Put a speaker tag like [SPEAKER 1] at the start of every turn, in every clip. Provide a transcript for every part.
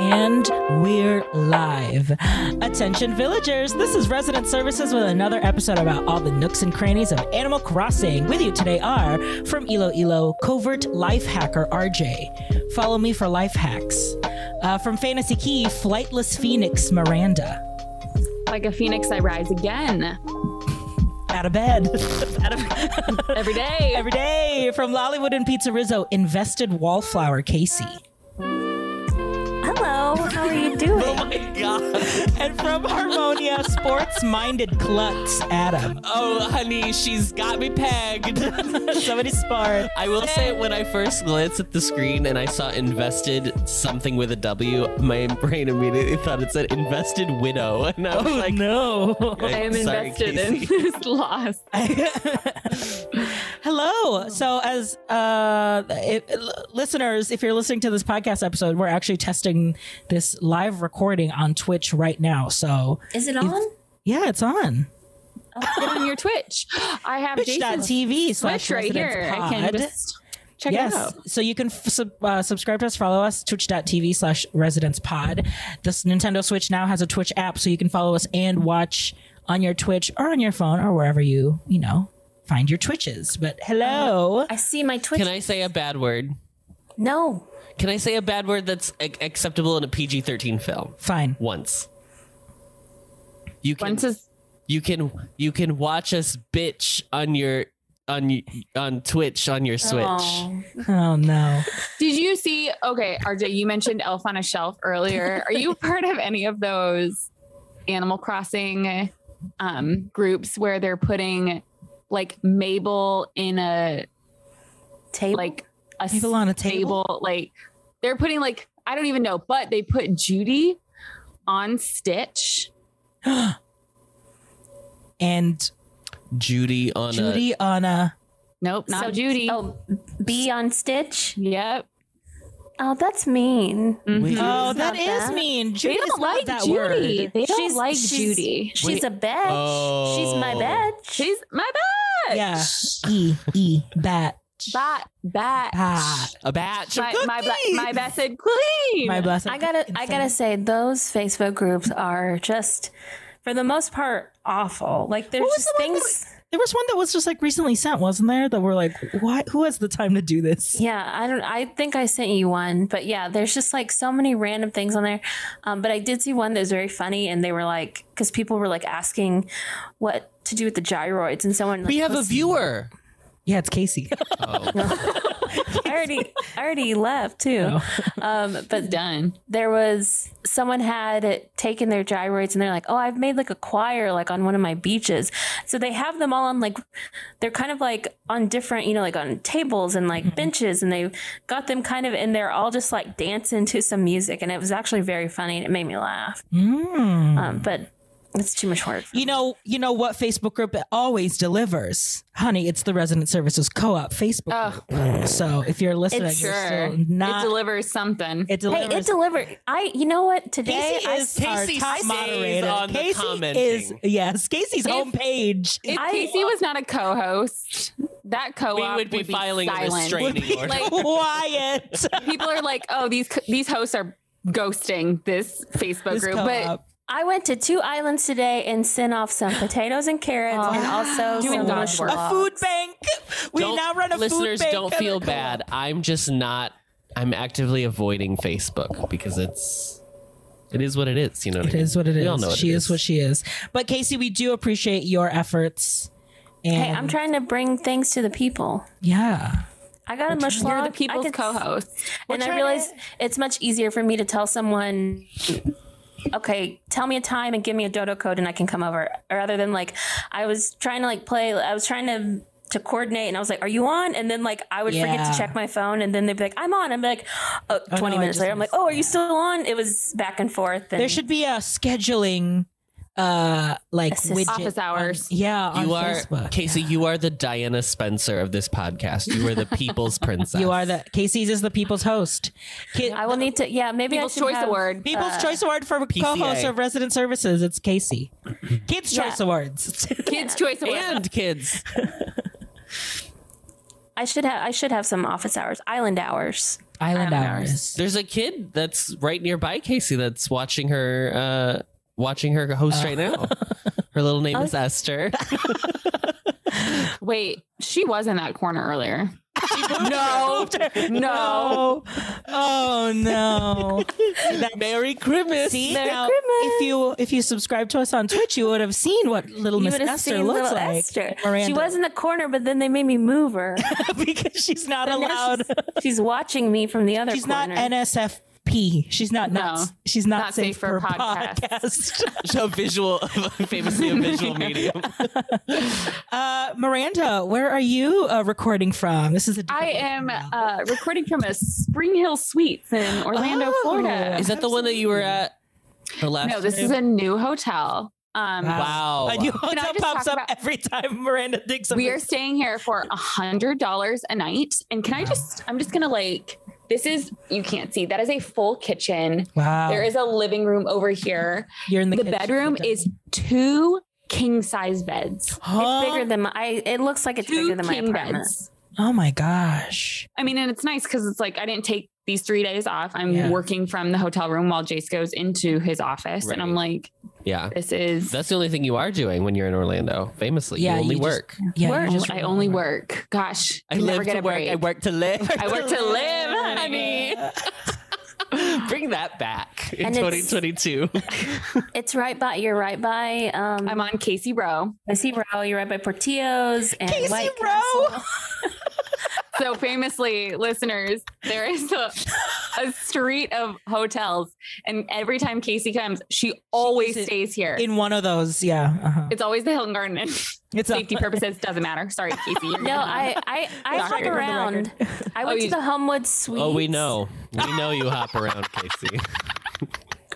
[SPEAKER 1] And we're live. Attention, villagers. This is Resident Services with another episode about all the nooks and crannies of Animal Crossing. With you today are from Iloilo, covert life hacker RJ. Follow me for life hacks. Uh, from Fantasy Key, flightless phoenix Miranda.
[SPEAKER 2] Like a phoenix, I rise again
[SPEAKER 1] Out of bed. Out of
[SPEAKER 2] every day.
[SPEAKER 1] Every day. From Lollywood and Pizza Rizzo, invested wallflower Casey.
[SPEAKER 3] Hello, how are you doing?
[SPEAKER 4] my god.
[SPEAKER 1] Oh And from Harmonia, sports minded klutz Adam.
[SPEAKER 4] Oh, honey, she's got me pegged.
[SPEAKER 1] Somebody smart.
[SPEAKER 4] I will say, when I first glanced at the screen and I saw invested something with a W, my brain immediately thought it said invested widow. And I was like,
[SPEAKER 1] no.
[SPEAKER 2] I am
[SPEAKER 4] Sorry,
[SPEAKER 2] invested
[SPEAKER 4] Casey.
[SPEAKER 2] in this loss.
[SPEAKER 1] Hello. So, as uh, if, l- listeners, if you're listening to this podcast episode, we're actually testing this live recording on Twitch right now. So,
[SPEAKER 3] Is it on?
[SPEAKER 1] yeah, it's on
[SPEAKER 2] Get on your Twitch. I have Jason's
[SPEAKER 1] twitch.tv slash
[SPEAKER 2] Twitch right
[SPEAKER 1] Residence
[SPEAKER 2] here. I
[SPEAKER 1] Pod.
[SPEAKER 2] can just check
[SPEAKER 1] yes.
[SPEAKER 2] it out.
[SPEAKER 1] So you can f- sub, uh, subscribe to us, follow us, twitch.tv slash residence pod. This Nintendo Switch now has a Twitch app, so you can follow us and watch on your Twitch or on your phone or wherever you, you know, find your Twitches. But
[SPEAKER 2] Uh,
[SPEAKER 1] hello.
[SPEAKER 3] I see my Twitch.
[SPEAKER 4] Can I say a bad word?
[SPEAKER 3] No.
[SPEAKER 4] Can I say a bad word that's ac- acceptable in a PG 13 film?
[SPEAKER 1] Fine.
[SPEAKER 4] Once. You can,
[SPEAKER 2] Once is
[SPEAKER 4] you can you can watch us bitch on your on y- on Twitch on your Switch.
[SPEAKER 3] Oh.
[SPEAKER 1] Oh, no.
[SPEAKER 2] Did you see? Okay, RJ, you mentioned Elf on a Shelf earlier. Are you part of any of those Animal Crossing um, groups where they're putting like Mabel in a
[SPEAKER 3] Table.
[SPEAKER 2] like a s-
[SPEAKER 1] People on a table.
[SPEAKER 2] table. Like they're putting like I don't even know, but they put Judy on Stitch.
[SPEAKER 1] And
[SPEAKER 4] Judy on
[SPEAKER 1] Judy on a.
[SPEAKER 2] Nope, not
[SPEAKER 3] So-
[SPEAKER 2] Judy.
[SPEAKER 3] Oh, B on Stitch.
[SPEAKER 2] Yep. Mm-hmm.
[SPEAKER 3] Oh, that's mean.
[SPEAKER 4] a. Wait,
[SPEAKER 1] Oh, that
[SPEAKER 3] not
[SPEAKER 1] is
[SPEAKER 3] that.
[SPEAKER 1] mean.
[SPEAKER 2] They
[SPEAKER 1] Judy's
[SPEAKER 2] don't
[SPEAKER 1] not
[SPEAKER 2] like
[SPEAKER 1] that
[SPEAKER 2] Judy.
[SPEAKER 1] word.
[SPEAKER 2] They don't
[SPEAKER 3] She's-
[SPEAKER 2] like
[SPEAKER 3] she's-
[SPEAKER 2] Judy.
[SPEAKER 3] She's
[SPEAKER 4] Wait.
[SPEAKER 3] a bitch. She's my
[SPEAKER 4] Oh.
[SPEAKER 3] bitch.
[SPEAKER 2] She's my bad.
[SPEAKER 1] Yeah. E, E, bat.
[SPEAKER 2] Bat, bat.
[SPEAKER 1] Bat.
[SPEAKER 4] A batch. of
[SPEAKER 2] my my bla-
[SPEAKER 4] cookies.
[SPEAKER 2] my best said clean.
[SPEAKER 1] My blessed.
[SPEAKER 3] I gotta, I gotta say, those Facebook groups are just, for the most part, awful. Like there's
[SPEAKER 1] What was
[SPEAKER 3] just
[SPEAKER 1] the one that
[SPEAKER 3] things.
[SPEAKER 1] There was one that was just like recently sent, wasn't there? That we're like, what? Who has the time to do this?
[SPEAKER 3] Yeah, I don't. I think I sent you one, but yeah, there's just like so many random things on there. Um, but I did see one that was very funny, and they were like, because people were like asking what to do with the gyroids, and someone like,
[SPEAKER 4] We have a
[SPEAKER 3] posted-
[SPEAKER 4] viewer. Oh.
[SPEAKER 1] Yeah, it's Casey.
[SPEAKER 3] I already, I already left too. Um, but
[SPEAKER 2] done.
[SPEAKER 3] there was someone had taken their gyroids and they're like, oh, I've made like a choir like on one of my beaches. So they have them all on like, they're kind of like on different, you know, like on tables and
[SPEAKER 1] Mm-hmm.
[SPEAKER 3] like benches and they've got them kind of, and they're all just like dancing to some music. And it was actually very funny and it made me laugh. Um, but it's too much work.
[SPEAKER 1] Mm. You know, you know what Facebook group always delivers, honey. It's the Resident Services Co-op Facebook. group. So if you're listening,
[SPEAKER 3] It's
[SPEAKER 1] you're
[SPEAKER 2] Sure.
[SPEAKER 1] still
[SPEAKER 2] it
[SPEAKER 1] not.
[SPEAKER 2] delivers something.
[SPEAKER 1] it
[SPEAKER 3] Hey,
[SPEAKER 1] delivers.
[SPEAKER 3] it delivered. I, you know what? Today,
[SPEAKER 1] Casey
[SPEAKER 3] I,
[SPEAKER 1] is our
[SPEAKER 4] Casey
[SPEAKER 1] top
[SPEAKER 4] stays
[SPEAKER 1] moderator.
[SPEAKER 4] on the
[SPEAKER 1] Casey
[SPEAKER 4] commenting.
[SPEAKER 1] is yes. Casey's homepage.
[SPEAKER 2] if
[SPEAKER 3] I-
[SPEAKER 2] Casey was not a co-host, that co-op
[SPEAKER 4] We would be filing a
[SPEAKER 2] silent.
[SPEAKER 4] restraining order.
[SPEAKER 2] Like-
[SPEAKER 1] quiet.
[SPEAKER 2] People are like, "Oh, these co- these hosts are ghosting this Facebook
[SPEAKER 1] This
[SPEAKER 2] group."
[SPEAKER 1] co-op.
[SPEAKER 3] I went to two islands today and sent off some potatoes and carrots
[SPEAKER 2] Oh.
[SPEAKER 3] and also
[SPEAKER 2] Doing
[SPEAKER 3] some
[SPEAKER 2] God's
[SPEAKER 3] little
[SPEAKER 2] work.
[SPEAKER 1] a food bank. We
[SPEAKER 4] Don't-
[SPEAKER 1] now run a
[SPEAKER 4] listeners
[SPEAKER 1] food bank.
[SPEAKER 4] don't
[SPEAKER 1] of
[SPEAKER 4] feel
[SPEAKER 1] the
[SPEAKER 4] bad. I'm just not. I'm actively avoiding Facebook because it's. It is what it is. You know.
[SPEAKER 1] It is what it
[SPEAKER 4] we
[SPEAKER 1] is.
[SPEAKER 4] All know what
[SPEAKER 1] she
[SPEAKER 4] it
[SPEAKER 1] is. what she is. But Casey, we do appreciate your efforts. And
[SPEAKER 3] Hey, I'm trying to bring things to the people.
[SPEAKER 1] Yeah.
[SPEAKER 3] I got a mushlog.
[SPEAKER 2] You're
[SPEAKER 3] I
[SPEAKER 2] the people's
[SPEAKER 3] could-
[SPEAKER 2] co-host.
[SPEAKER 1] trying
[SPEAKER 3] and I
[SPEAKER 1] to-
[SPEAKER 3] realized it's much easier for me to tell someone, okay, tell me a time and give me a dodo code and I can come over, rather than like I was trying to like play. I was trying to to coordinate and I was like, are you on? And then like I would forget
[SPEAKER 1] Yeah.
[SPEAKER 3] to check my phone and then they'd be like, I'm on. I'm like, oh, 20
[SPEAKER 1] no, I
[SPEAKER 3] minutes
[SPEAKER 1] just
[SPEAKER 3] later, I'm like,
[SPEAKER 1] missed-
[SPEAKER 3] oh, are you still on? It was back and forth. And
[SPEAKER 1] There should be a scheduling uh like
[SPEAKER 3] Assist-
[SPEAKER 1] widget
[SPEAKER 2] Office hours.
[SPEAKER 1] on- yeah, on
[SPEAKER 4] You are
[SPEAKER 1] Facebook.
[SPEAKER 4] Casey. You are the Diana Spencer of this podcast. You are the people's princess.
[SPEAKER 1] You are the Casey's is the people's host. Ki-
[SPEAKER 3] I will uh, need to. Yeah, maybe
[SPEAKER 2] People's
[SPEAKER 3] I should
[SPEAKER 2] choice
[SPEAKER 3] have,
[SPEAKER 2] award.
[SPEAKER 1] People's Choice Award for co-host of Resident Services. It's Casey. Kids
[SPEAKER 3] Yeah.
[SPEAKER 1] Choice Awards.
[SPEAKER 2] Kids Choice Award.
[SPEAKER 4] and kids.
[SPEAKER 3] I should have. I should have some office hours, island hours.
[SPEAKER 1] Island
[SPEAKER 2] Island
[SPEAKER 1] hours.
[SPEAKER 2] Hours.
[SPEAKER 4] There's a kid that's right nearby Casey that's watching her uh watching her host right now. Her little name
[SPEAKER 1] Oh.
[SPEAKER 4] is Esther.
[SPEAKER 2] Wait, she was in that corner earlier.
[SPEAKER 1] No, no, oh no.
[SPEAKER 4] Merry Christmas.
[SPEAKER 1] See
[SPEAKER 3] Merry
[SPEAKER 1] now,
[SPEAKER 3] Christmas.
[SPEAKER 1] if you if you subscribe to us on Twitch, you would have seen what little
[SPEAKER 3] You
[SPEAKER 1] Miss
[SPEAKER 3] would have
[SPEAKER 1] Esther
[SPEAKER 3] seen
[SPEAKER 1] looks
[SPEAKER 3] little
[SPEAKER 1] like.
[SPEAKER 3] Esther.
[SPEAKER 1] Miranda.
[SPEAKER 3] She was in the corner, but then they made me move her.
[SPEAKER 1] because she's not
[SPEAKER 3] And now
[SPEAKER 1] allowed.
[SPEAKER 3] She's, she's watching me from the other
[SPEAKER 1] She's not
[SPEAKER 3] corner.
[SPEAKER 1] NSFP. She's not
[SPEAKER 2] No.
[SPEAKER 1] not. She's not,
[SPEAKER 2] Not
[SPEAKER 1] safe,
[SPEAKER 2] safe for podcasts.
[SPEAKER 1] podcast.
[SPEAKER 4] A visual famously a visual medium.
[SPEAKER 1] uh, Miranda, where are you uh, recording from? This is a
[SPEAKER 2] I
[SPEAKER 1] different one
[SPEAKER 2] am
[SPEAKER 1] now.
[SPEAKER 2] uh, recording from a Spring Hill Suites in Orlando,
[SPEAKER 1] Oh.
[SPEAKER 2] Florida.
[SPEAKER 4] Is that the one that you were at the last
[SPEAKER 2] No, this
[SPEAKER 4] time?
[SPEAKER 2] is a new hotel. Um,
[SPEAKER 4] Wow.
[SPEAKER 1] A new
[SPEAKER 2] I
[SPEAKER 1] hotel
[SPEAKER 2] just
[SPEAKER 1] pops
[SPEAKER 2] talk
[SPEAKER 1] up
[SPEAKER 2] about-
[SPEAKER 1] every time Miranda thinks of
[SPEAKER 2] we
[SPEAKER 1] it.
[SPEAKER 2] are staying here for a hundred dollars a night. And can I just? I'm just gonna like. This is you can't see. That is a full kitchen.
[SPEAKER 1] Wow.
[SPEAKER 2] There is a living room over here.
[SPEAKER 1] You're in the,
[SPEAKER 2] The
[SPEAKER 1] kitchen.
[SPEAKER 2] bedroom is two king size beds.
[SPEAKER 1] Huh?
[SPEAKER 3] It's bigger than my. I, it looks like it's
[SPEAKER 2] Two
[SPEAKER 3] bigger than my
[SPEAKER 2] king
[SPEAKER 3] apartment.
[SPEAKER 2] beds.
[SPEAKER 1] Oh my gosh.
[SPEAKER 2] I mean, and it's nice because it's like I didn't take these three days off. I'm
[SPEAKER 1] Yeah.
[SPEAKER 2] working from the hotel room while Jace goes into his office, and I'm like,
[SPEAKER 4] Yeah.
[SPEAKER 2] this is
[SPEAKER 4] That's the only thing you are doing when you're in Orlando, famously.
[SPEAKER 1] Yeah,
[SPEAKER 4] you only
[SPEAKER 1] you just-
[SPEAKER 4] work.
[SPEAKER 1] Yeah.
[SPEAKER 2] I
[SPEAKER 1] you just
[SPEAKER 2] only- I
[SPEAKER 1] really
[SPEAKER 2] only work. Gosh, I never get a break.
[SPEAKER 4] work to live.
[SPEAKER 2] I work to live, honey.
[SPEAKER 4] Bring that back in
[SPEAKER 3] And it's-
[SPEAKER 4] 2022.
[SPEAKER 3] It's right by. You're right by. Um,
[SPEAKER 2] I'm on Casey Row.
[SPEAKER 3] I see Row. You're right by Portillo's and
[SPEAKER 1] Casey
[SPEAKER 3] White
[SPEAKER 1] Row.
[SPEAKER 3] Castle.
[SPEAKER 2] So famously, listeners, there is a, a street of hotels, and every time Casey comes, she always
[SPEAKER 1] it
[SPEAKER 2] stays here.
[SPEAKER 1] In one of those, yeah. Uh-huh.
[SPEAKER 2] it's always the Hilton Garden.
[SPEAKER 1] It's
[SPEAKER 2] Safety purposes doesn't matter. Sorry, Casey. you're
[SPEAKER 3] No,
[SPEAKER 2] gonna-
[SPEAKER 3] I I, I
[SPEAKER 2] Sorry. On
[SPEAKER 3] hop
[SPEAKER 2] the
[SPEAKER 3] around. I
[SPEAKER 2] Oh,
[SPEAKER 3] went to
[SPEAKER 2] you-
[SPEAKER 3] the Homewood Suites.
[SPEAKER 4] Oh, we know. We know you hop around, Casey.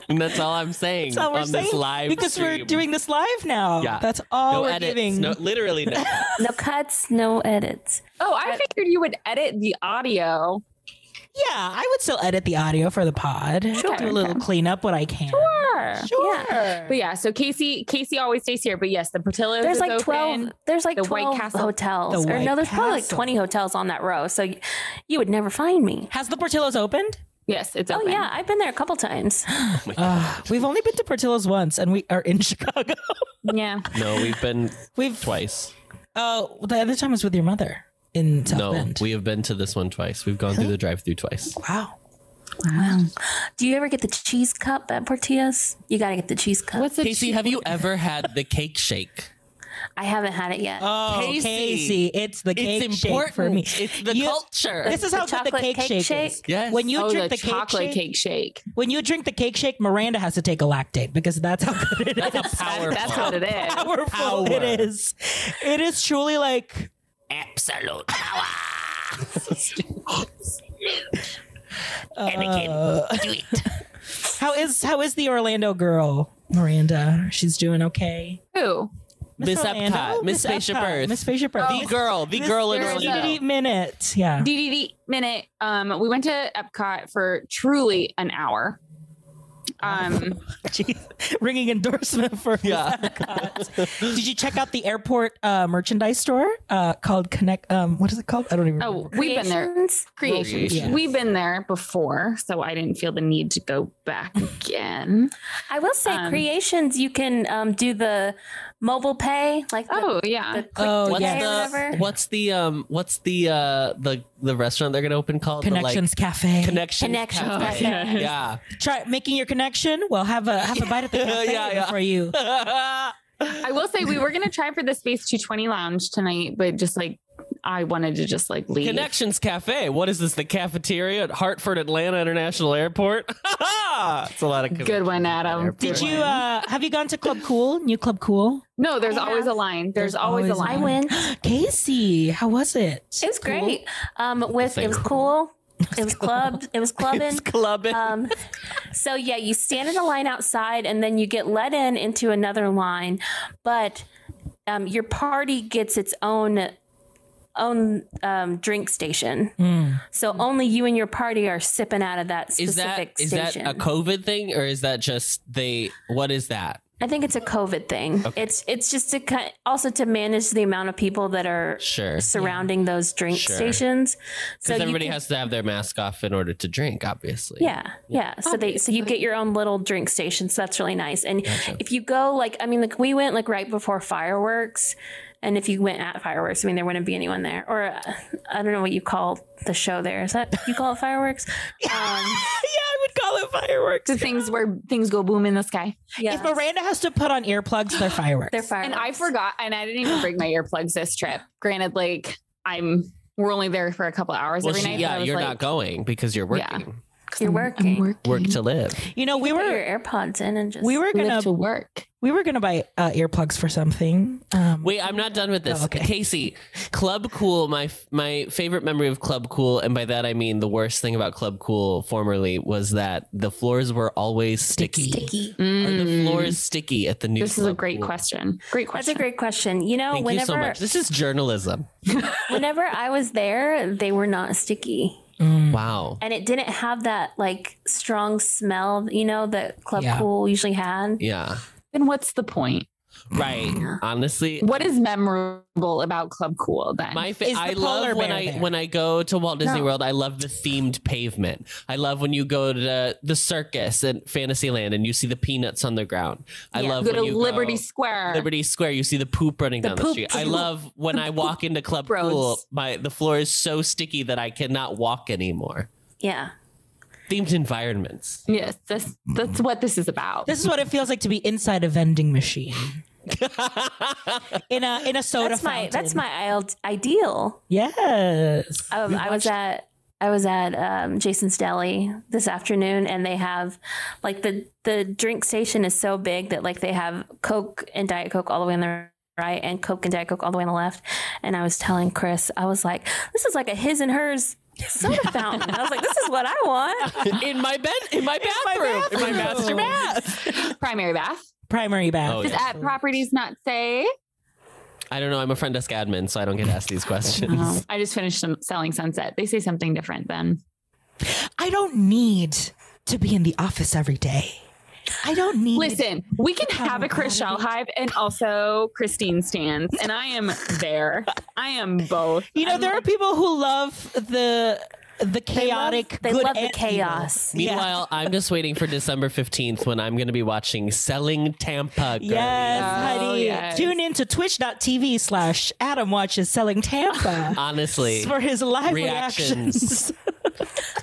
[SPEAKER 4] and that's all I'm saying
[SPEAKER 1] all we're
[SPEAKER 4] on this
[SPEAKER 1] saying,
[SPEAKER 4] live
[SPEAKER 1] because we're
[SPEAKER 4] stream.
[SPEAKER 1] doing this live now.
[SPEAKER 4] Yeah.
[SPEAKER 1] That's all
[SPEAKER 4] no
[SPEAKER 1] we're
[SPEAKER 4] edits.
[SPEAKER 1] giving.
[SPEAKER 4] No, literally no.
[SPEAKER 3] No cuts, no edits.
[SPEAKER 2] oh, I figured you would edit the audio.
[SPEAKER 1] Yeah, I would still edit the audio for the pod.
[SPEAKER 2] Sure.
[SPEAKER 1] Do a little cleanup when I can.
[SPEAKER 2] Sure.
[SPEAKER 1] Sure.
[SPEAKER 2] But yeah, so Casey, Casey always stays here. But yes, the Portillo's
[SPEAKER 3] There's
[SPEAKER 2] is
[SPEAKER 3] like
[SPEAKER 2] open.
[SPEAKER 3] twelve. There's like
[SPEAKER 2] The White
[SPEAKER 3] twelve
[SPEAKER 2] Castle-
[SPEAKER 3] hotels,
[SPEAKER 1] The
[SPEAKER 3] or no,
[SPEAKER 1] White
[SPEAKER 3] there's probably like
[SPEAKER 1] Castle.
[SPEAKER 3] twenty hotels on that row. So y- you would never find me.
[SPEAKER 1] Has the Portillo's opened?
[SPEAKER 2] Yes, it's
[SPEAKER 3] Oh
[SPEAKER 2] open.
[SPEAKER 3] yeah, I've been there a couple times.
[SPEAKER 4] Oh
[SPEAKER 1] Ugh, we've only been to Portillo's once and we are in Chicago.
[SPEAKER 2] yeah.
[SPEAKER 4] No, we've been
[SPEAKER 1] We've
[SPEAKER 4] twice.
[SPEAKER 1] Oh, the other time was with your mother in South
[SPEAKER 4] No,
[SPEAKER 1] Bend.
[SPEAKER 4] we have been to this one twice. We've gone through the drive-through twice.
[SPEAKER 1] wow.
[SPEAKER 3] Do you ever get the cheese cup at Portillas? You gotta get the cheese cup.
[SPEAKER 2] What's the
[SPEAKER 4] Casey, have you ever had the cake shake?
[SPEAKER 3] I haven't had it yet.
[SPEAKER 1] Oh, Casey,
[SPEAKER 4] Casey.
[SPEAKER 1] it's the cake
[SPEAKER 4] it's
[SPEAKER 1] shake
[SPEAKER 4] important
[SPEAKER 1] for me.
[SPEAKER 4] It's the
[SPEAKER 1] You-
[SPEAKER 4] culture.
[SPEAKER 1] This is how
[SPEAKER 3] The
[SPEAKER 1] good the
[SPEAKER 3] chocolate
[SPEAKER 1] cake,
[SPEAKER 3] cake
[SPEAKER 1] shake,
[SPEAKER 3] shake?
[SPEAKER 1] is.
[SPEAKER 4] Yes.
[SPEAKER 1] When you
[SPEAKER 2] oh,
[SPEAKER 1] drink
[SPEAKER 2] the
[SPEAKER 1] the cake
[SPEAKER 2] chocolate
[SPEAKER 1] shake,
[SPEAKER 2] cake shake.
[SPEAKER 1] when you drink the cake shake, Miranda has to take a lactate because that's how good it is.
[SPEAKER 4] powerful.
[SPEAKER 2] That's what it is.
[SPEAKER 1] powerful
[SPEAKER 4] Power.
[SPEAKER 1] it is. It is truly like
[SPEAKER 4] absolute power.
[SPEAKER 1] uh, how is how is the Orlando girl Miranda? She's doing okay.
[SPEAKER 2] Who?
[SPEAKER 4] Miss
[SPEAKER 1] Orlando?
[SPEAKER 4] Epcot, Miss Spaceship
[SPEAKER 1] Epcot,
[SPEAKER 4] Earth,
[SPEAKER 1] Miss Spaceship Earth,
[SPEAKER 4] the Oh, girl, the
[SPEAKER 1] Miss-
[SPEAKER 4] girl in
[SPEAKER 2] there is a-
[SPEAKER 4] Orlando.
[SPEAKER 1] minute. Yeah.
[SPEAKER 2] DDD minute. Um, we went to Epcot for truly an hour. Um,
[SPEAKER 1] Jeez. Ringing endorsement for yeah. Did you check out the airport uh, merchandise store uh, called Connect? Um, what is it called? I don't even.
[SPEAKER 2] oh,
[SPEAKER 1] Remember.
[SPEAKER 2] we've been there.
[SPEAKER 3] Creations?
[SPEAKER 2] Creations.
[SPEAKER 1] Creations.
[SPEAKER 2] We've been there before, so I didn't feel the need to go back again.
[SPEAKER 3] I will say,
[SPEAKER 2] Um,
[SPEAKER 3] creations. You can um, do the mobile pay, like the,
[SPEAKER 2] oh
[SPEAKER 3] the
[SPEAKER 2] yeah,
[SPEAKER 3] quick
[SPEAKER 1] Oh,
[SPEAKER 3] pay
[SPEAKER 4] What's
[SPEAKER 1] yes.
[SPEAKER 3] or
[SPEAKER 4] the
[SPEAKER 3] whatever.
[SPEAKER 4] what's the um what's the uh the the restaurant they're gonna open called
[SPEAKER 1] Connections
[SPEAKER 4] the,
[SPEAKER 1] Cafe.
[SPEAKER 4] like, connection
[SPEAKER 3] Connections Cafe.
[SPEAKER 4] yeah
[SPEAKER 1] Try making your connection. Well, have a have a bite at the cafe
[SPEAKER 4] Yeah, yeah.
[SPEAKER 1] for you.
[SPEAKER 2] I will say we were gonna try for the Space 220 Lounge tonight, but just like I wanted to just like leave.
[SPEAKER 4] Connections Cafe what is this the cafeteria at Hartford Atlanta International Airport it's a lot of
[SPEAKER 2] Good one, Adam.
[SPEAKER 1] Did you uh, have you gone to Club Cool? New Club Cool,
[SPEAKER 2] No, there's
[SPEAKER 3] I
[SPEAKER 2] always
[SPEAKER 3] have-
[SPEAKER 2] a line. There's, always, a
[SPEAKER 3] I
[SPEAKER 2] line.
[SPEAKER 3] went.
[SPEAKER 1] Casey? How was it?
[SPEAKER 3] It was great. Um, with it was cool. It was clubbed. It was clubbing.
[SPEAKER 4] clubbing
[SPEAKER 3] Um, so yeah, you stand in a line outside, and then you get let in into another line, but um, your party gets its own own um, drink station. So only you and your party are sipping out of that
[SPEAKER 4] Hmm. is that
[SPEAKER 3] specific
[SPEAKER 4] is that
[SPEAKER 3] station.
[SPEAKER 4] a COVID thing or is that just they what is that
[SPEAKER 3] I think it's a COVID thing.
[SPEAKER 4] Okay.
[SPEAKER 3] It's it's just to kind also to manage the amount of people that are
[SPEAKER 4] Sure.
[SPEAKER 3] surrounding those drink
[SPEAKER 4] Sure.
[SPEAKER 3] stations.
[SPEAKER 4] Because
[SPEAKER 3] So you
[SPEAKER 4] everybody
[SPEAKER 3] can-
[SPEAKER 4] has to have their mask off in order to drink, obviously.
[SPEAKER 3] yeah, yeah. So they so you get your own little drink station. So that's really nice. And
[SPEAKER 4] Gotcha.
[SPEAKER 3] if you go like I mean like we went like right before fireworks, and if you went at fireworks, I mean there wouldn't be anyone there. Or uh, I don't know what you call the show there. Is that you call it fireworks? Um,
[SPEAKER 1] I would call it fireworks.
[SPEAKER 2] to things where things go boom in the sky.
[SPEAKER 3] yeah,
[SPEAKER 1] If Miranda has to put on earplugs, they're fireworks.
[SPEAKER 3] they're fireworks.
[SPEAKER 2] And I forgot, and I didn't even bring my earplugs this trip. Granted, like I'm, we're only there for a couple hours
[SPEAKER 4] Well,
[SPEAKER 2] every
[SPEAKER 4] she-
[SPEAKER 2] night. but I
[SPEAKER 4] yeah,
[SPEAKER 2] was
[SPEAKER 4] you're
[SPEAKER 2] like,
[SPEAKER 4] not going because you're
[SPEAKER 2] Yeah.
[SPEAKER 4] working.
[SPEAKER 3] You're
[SPEAKER 2] I'm-
[SPEAKER 3] working.
[SPEAKER 2] I'm working.
[SPEAKER 4] Work to live.
[SPEAKER 1] You know, we
[SPEAKER 3] Put
[SPEAKER 1] were
[SPEAKER 3] your AirPods in and just
[SPEAKER 1] we were
[SPEAKER 2] Live
[SPEAKER 1] gonna
[SPEAKER 2] to work.
[SPEAKER 1] we were gonna buy uh, earplugs for something. Um,
[SPEAKER 4] Wait, I'm not done with this.
[SPEAKER 1] Oh, okay.
[SPEAKER 4] Casey, Club Cool, my my favorite memory of Club Cool, and by that I mean the worst thing about Club Cool formerly was that the floors were always sticky.
[SPEAKER 3] sticky.
[SPEAKER 4] Are the
[SPEAKER 2] Mm.
[SPEAKER 4] floors sticky at the new?
[SPEAKER 2] This is a
[SPEAKER 4] Club
[SPEAKER 2] great
[SPEAKER 4] Cool?
[SPEAKER 2] question. Great
[SPEAKER 3] That's a
[SPEAKER 2] question.
[SPEAKER 3] great question. You know,
[SPEAKER 4] Thank
[SPEAKER 3] Oh, whenever
[SPEAKER 4] you so much. This is journalism.
[SPEAKER 3] whenever I was there, they were not sticky.
[SPEAKER 1] mm,
[SPEAKER 4] Wow.
[SPEAKER 3] And it didn't have that like strong smell, you know, that Club
[SPEAKER 1] Yeah.
[SPEAKER 3] Cool usually had.
[SPEAKER 4] Yeah.
[SPEAKER 2] Then what's the point?
[SPEAKER 4] Right.
[SPEAKER 2] Mm.
[SPEAKER 4] Honestly,
[SPEAKER 2] What is memorable about Club Cool then?
[SPEAKER 4] My
[SPEAKER 1] Is
[SPEAKER 4] fa-
[SPEAKER 1] the
[SPEAKER 4] I
[SPEAKER 1] polar
[SPEAKER 4] love when
[SPEAKER 1] bear
[SPEAKER 4] I
[SPEAKER 1] there?
[SPEAKER 4] when I go to Walt Disney
[SPEAKER 3] No.
[SPEAKER 4] World. I love the themed pavement. I love when you go to the circus and Fantasyland and you see the peanuts on the ground. I
[SPEAKER 3] Yeah.
[SPEAKER 4] love
[SPEAKER 2] go
[SPEAKER 4] when
[SPEAKER 2] to
[SPEAKER 4] you
[SPEAKER 2] Liberty
[SPEAKER 4] go-
[SPEAKER 2] Square.
[SPEAKER 4] Liberty Square. You see the poop running
[SPEAKER 3] The
[SPEAKER 4] down the
[SPEAKER 3] poop
[SPEAKER 4] street. I
[SPEAKER 3] poop-
[SPEAKER 4] love when I walk into Club
[SPEAKER 2] roads.
[SPEAKER 4] Cool. My the floor is so sticky that I cannot walk anymore.
[SPEAKER 3] Yeah.
[SPEAKER 4] Themed environments.
[SPEAKER 2] Yes, that's that's what this is about.
[SPEAKER 1] this is what it feels like to be inside a vending machine in a in a soda
[SPEAKER 3] That's my
[SPEAKER 1] fountain.
[SPEAKER 3] that's my ild- ideal.
[SPEAKER 1] yes.
[SPEAKER 3] Um, I was at I was at um, Jason's Deli this afternoon, and they have like the the drink station is so big that like they have Coke and Diet Coke all the way on the right, and Coke and Diet Coke all the way on the left. And I was telling Chris, I was like, this is like a his and hers soda fountain. I was like, this is what I want.
[SPEAKER 4] in my bed. In my bathroom. In my, master bath.
[SPEAKER 2] Primary bath.
[SPEAKER 1] primary bath.
[SPEAKER 4] Oh,
[SPEAKER 2] Does
[SPEAKER 4] yeah.
[SPEAKER 2] at properties not say?
[SPEAKER 4] I don't know. I'm a front desk admin, so I don't get asked these questions.
[SPEAKER 2] Oh, I just finished some selling sunset. They say something different then.
[SPEAKER 1] I don't need to be in the office every day. I don't need.
[SPEAKER 2] Listen, we can have a Chris Shell Hive and also Christine stands, and I am there. I am both.
[SPEAKER 1] you know there are people who love the the
[SPEAKER 3] They love-
[SPEAKER 1] chaotic.
[SPEAKER 3] They
[SPEAKER 1] good
[SPEAKER 3] love the
[SPEAKER 1] and
[SPEAKER 3] chaos.
[SPEAKER 1] evil. Yeah.
[SPEAKER 4] Meanwhile, I'm just waiting for December 15th when I'm going to be watching Selling Tampa. Girl.
[SPEAKER 1] Yes,
[SPEAKER 2] Oh,
[SPEAKER 1] honey.
[SPEAKER 2] yes.
[SPEAKER 1] Tune in to twitch.tv slash Adam Watches Selling Tampa
[SPEAKER 4] Honestly.
[SPEAKER 1] for his live
[SPEAKER 4] Reactions.
[SPEAKER 1] reactions.